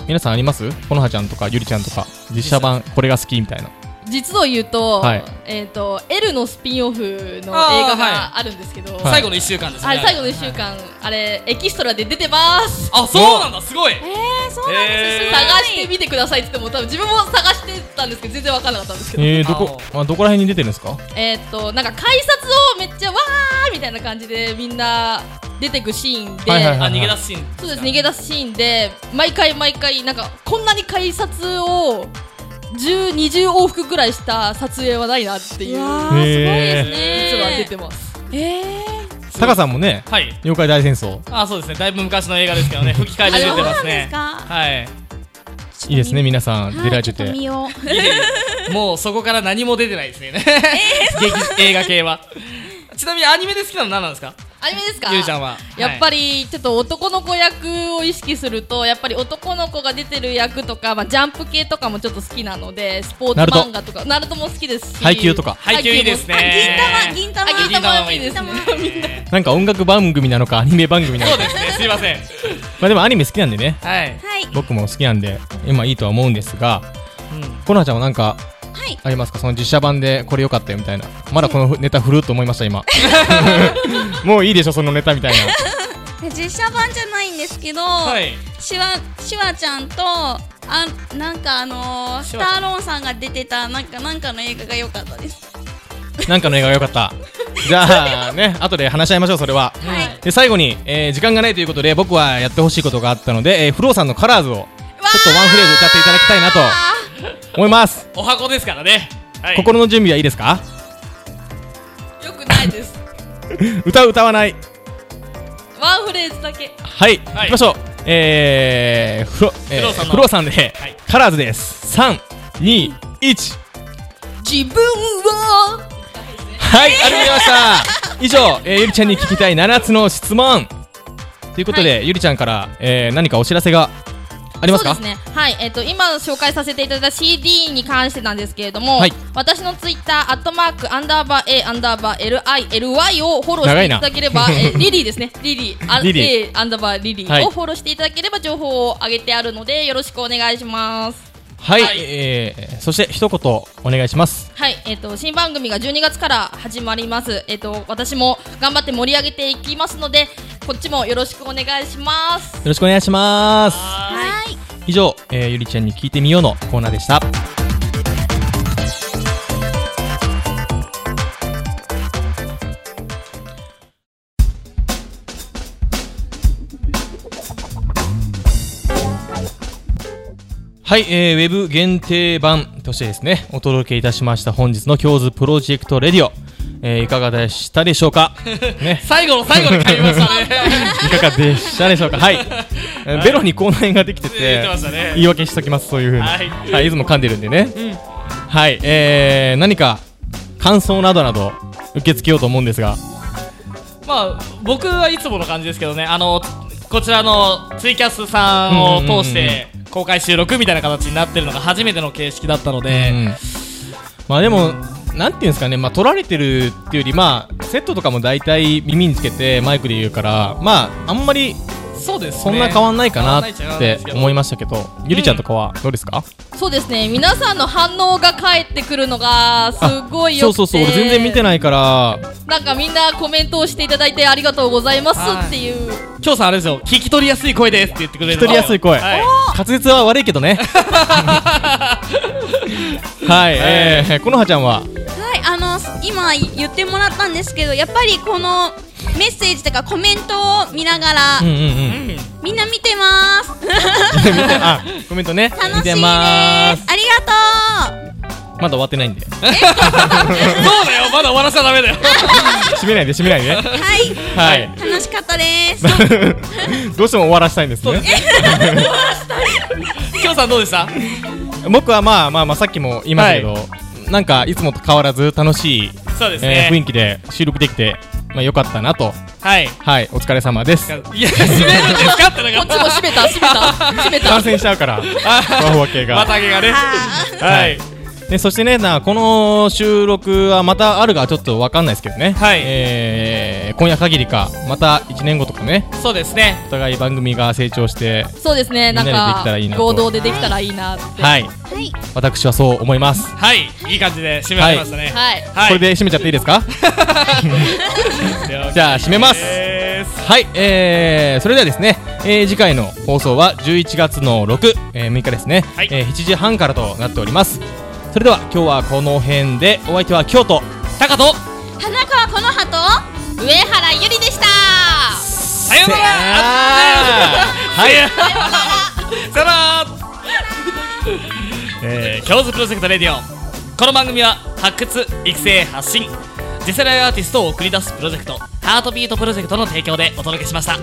Speaker 1: 皆さんありますこのはちゃんとかゆりちゃんとか実写版これが好きみたいな
Speaker 3: 実を言うと、
Speaker 1: はい
Speaker 3: えっ、と L のスピンオフの映画
Speaker 2: あーは
Speaker 3: があるんですけど、
Speaker 1: い
Speaker 2: 最後の1週間ですね。
Speaker 3: あれ最後の1週間、あれエキストラで出てます
Speaker 2: あ、そうなんだ、すごい。
Speaker 4: えー、そうなんです
Speaker 2: え
Speaker 4: よ
Speaker 2: ー
Speaker 3: 探してみてくださいって言っても多分自分も探してたんですけど全然分からなかったんですけど
Speaker 1: えー、どこあどこら辺に出てるんですか
Speaker 3: えーっとなんか改札をめっちゃわーみたいな感じでみんな出てくシーンで、
Speaker 1: はいはい
Speaker 2: あ、
Speaker 1: はい
Speaker 2: 逃げ出すシーン。
Speaker 3: そうです逃げ出すシーンで毎回毎回なんかこんなに改札を10、20往復ぐらいした撮影はないなっていう実は
Speaker 4: わーすごい
Speaker 1: え
Speaker 4: ですね
Speaker 3: 出てます
Speaker 4: え
Speaker 1: タカさんもね
Speaker 2: はい。
Speaker 1: 妖怪大戦争
Speaker 2: あ、そうですね。だいぶ昔の映画ですけ どね、吹き替えで出てますね。
Speaker 4: あ
Speaker 2: はい。
Speaker 1: いいですね皆さん出られてて、
Speaker 4: 見よう
Speaker 2: いえいえもうそこから何も出てないですね。劇映画系は。ちなみにアニメで好きなの何なんですか
Speaker 3: アニメですか
Speaker 2: ゆうちゃんは。
Speaker 3: やっぱ
Speaker 2: り。
Speaker 3: りちょっと男の子役を意識するとやっぱり男の子が出てる役とか、まあ、ジャンプ系とかもちょっと好きなのでスポーツ
Speaker 1: ナルト
Speaker 3: 漫画とかナルトも好きですし
Speaker 1: 配給とか
Speaker 2: 配給いいです
Speaker 4: あ
Speaker 2: ね。
Speaker 4: 銀
Speaker 3: あ
Speaker 4: 玉
Speaker 3: 銀
Speaker 4: 銀玉
Speaker 3: 玉もいいですね
Speaker 4: 銀
Speaker 2: え
Speaker 1: なんか音楽番組なのかアニメ番組な
Speaker 2: ー
Speaker 1: の
Speaker 2: そう
Speaker 1: か
Speaker 2: ですね。すいません。
Speaker 1: まあでもアニメ好きなんでね
Speaker 2: はい。
Speaker 4: はい
Speaker 1: 僕も好きなんで今いいとは思うんですが
Speaker 2: うん
Speaker 1: コナハちゃんはなんか
Speaker 4: はい
Speaker 1: ありますかその実写版でこれ良かったよみたいなまだこのネタ振ると思いました 今もういいでしょそのネタみたいな
Speaker 4: で実写版じゃないんですけど、
Speaker 2: はい。
Speaker 4: シワシワちゃんとあなんかあのー、
Speaker 2: シ
Speaker 4: ス
Speaker 2: ワちゃん
Speaker 4: ターローンさんが出てたなんかなんかの映画が良かったです
Speaker 1: なんかの映画が良かったじゃあね後で話し合いましょうそれは
Speaker 4: はい
Speaker 1: で最後に、えー時間がないということで僕はやってほしいことがあったので、えー、フローさんの「カラーズをちょっとワンフレーズ歌っていただきたいなと思います
Speaker 2: お箱ですからね。はい。
Speaker 1: 心の準備はいいですか
Speaker 3: よくないです
Speaker 1: 歌う歌わない
Speaker 3: ワンフレーズだけ
Speaker 1: はい、
Speaker 2: はい
Speaker 1: 行きましょう。えー、フロ、え
Speaker 2: フローさん
Speaker 1: ー、
Speaker 2: の
Speaker 1: フローさんで、
Speaker 2: はい
Speaker 1: カラーズです。三、二、一。
Speaker 3: 自分を
Speaker 1: はい、ありがとうございました。以上、えー、ゆりちゃんに聞きたい七つの質問。ということで、ゆりちゃんから、えー、何かお知らせがありますか。
Speaker 3: そうですね。はい、えっ、と今紹介させていただいた CD に関してなんですけれども、
Speaker 1: はい
Speaker 3: 私のツイッターアットマークアンダーバー A アンダーバー LILY をフォローし
Speaker 1: 長
Speaker 3: て
Speaker 1: い
Speaker 3: い
Speaker 1: な
Speaker 3: ただけれ ば、えーリリーですね。リリー、あ
Speaker 1: リリ
Speaker 3: A アンダーバーリリ
Speaker 1: はい
Speaker 3: ーをフォローしていただければ情報を上げてあるのでよろしくお願いします。
Speaker 1: はい、
Speaker 2: はい
Speaker 1: えー、そして一言お願いします。
Speaker 3: はい、えっ、と新番組が12月から始まります。えっ、と私も頑張って盛り上げていきますので、こっちもよろしくお願いします。
Speaker 1: よろしくお願いします。
Speaker 2: は
Speaker 1: 以上、えー、ゆりちゃんに聞いてみようのコーナーでした。はい、えー、ウェブ限定版としてですね、お届けいたしました本日の京ズプロジェクトレディオ、えー、いかがでしたでしょうかね
Speaker 2: い。。最後の最後に買いましたね。
Speaker 1: いかがでしたでしょう か。はい。えーベロに口内炎ができて
Speaker 2: 言っててましたね
Speaker 1: 言い訳しときますそういうふうには、
Speaker 2: はいい
Speaker 1: い、つも噛んでるんでね、はいえー、何か感想などなど受け付けようと思うんですが
Speaker 2: まあ、僕はいつもの感じですけどね、あの、こちらのツイキャスさんを通して公開収録みたいな形になってるのが初めての形式だったので、
Speaker 1: うんまあでもなんていうんですかね、まあ、撮られてるっていうよりまあセットとかも大体耳につけてマイクで言うからまああんまり
Speaker 2: そうですね。
Speaker 1: そんな変わんないかな
Speaker 2: 変わん
Speaker 1: っ
Speaker 2: ないっちゃ変わんないで
Speaker 1: て
Speaker 2: すけど
Speaker 1: 思いましたけど、ゆりちゃんとかはどうですか、
Speaker 3: そうですね皆さんの反応が返ってくるのがすごいよ
Speaker 1: そう
Speaker 3: くて
Speaker 1: そうそう俺全然見てないから
Speaker 3: なんかみんなコメントをしていただいてありがとうございますっていう、
Speaker 2: 今日さんあれですよ聞き取りやすい声ですって言ってくれる
Speaker 1: 聞き取りやすい声
Speaker 2: はい、
Speaker 1: 滑舌は悪いけ どねはい、えー、このはちゃんは
Speaker 4: はいあの今言ってもらったんですけどやっぱりこのメッセージとかコメントを見ながら、
Speaker 1: うんうんうん
Speaker 2: うん
Speaker 4: みんな見てます
Speaker 1: 見てあコメントね
Speaker 4: 楽しい
Speaker 1: 見
Speaker 4: で
Speaker 1: て
Speaker 4: す
Speaker 1: ま
Speaker 4: あ
Speaker 1: す
Speaker 4: りがとう
Speaker 1: まだ終わってないんで
Speaker 2: そうだよまだ終わらせちゃダメ だよ
Speaker 1: 閉めないで閉めないでね
Speaker 4: はい
Speaker 1: はい
Speaker 4: 楽しかっ たです
Speaker 1: どうしても終わらせたいんですね
Speaker 2: 今日さんどうでした
Speaker 1: 僕はまあまあまあさっきも言いましたけど、なんかいつもと変わらず楽しい、
Speaker 2: そうです
Speaker 1: え
Speaker 2: ね
Speaker 1: ー、雰囲気で収録できてまあ良かったなと
Speaker 2: はい
Speaker 1: はいお疲れ様です
Speaker 2: いや閉めるんですかってな
Speaker 3: こ
Speaker 2: ん
Speaker 3: っちも
Speaker 2: か
Speaker 3: 閉 めた閉めた閉めた
Speaker 1: 感染しちゃうからワホワ系が
Speaker 2: またげがね
Speaker 4: あ
Speaker 2: はい
Speaker 1: ね、そしてねなこの収録はまたあるがちょっとわかんないですけどね、
Speaker 2: はい
Speaker 1: えー今夜限りかまた1年後とかね
Speaker 2: そうですね
Speaker 1: お互い番組が成長して
Speaker 3: そうですねなん
Speaker 1: みんなでで
Speaker 3: か
Speaker 1: きたらいいなと
Speaker 3: 合同でできたらいいなって、
Speaker 1: はいい、私はそう思います、
Speaker 2: はいいい感じで締められましたね
Speaker 3: はい、
Speaker 2: はい
Speaker 1: これで締めちゃっていいです かじゃあ締めます
Speaker 2: でーす
Speaker 1: はい、えー、それではですね、えー次回の放送は11月の6、えー6日ですね、
Speaker 2: はい
Speaker 1: えー7時半からとなっておりますそれでは今日はこの辺でお相手は京都
Speaker 2: タカト
Speaker 4: 花川この葉と
Speaker 3: 上原ゆりでした
Speaker 2: さようなら
Speaker 1: はい
Speaker 2: さよならえー、京ズプロジェクトレディオこの番組は発掘育成発信次世代アーティストを送り出すプロジェクトハートビートプロジェクトの提供でお届けしました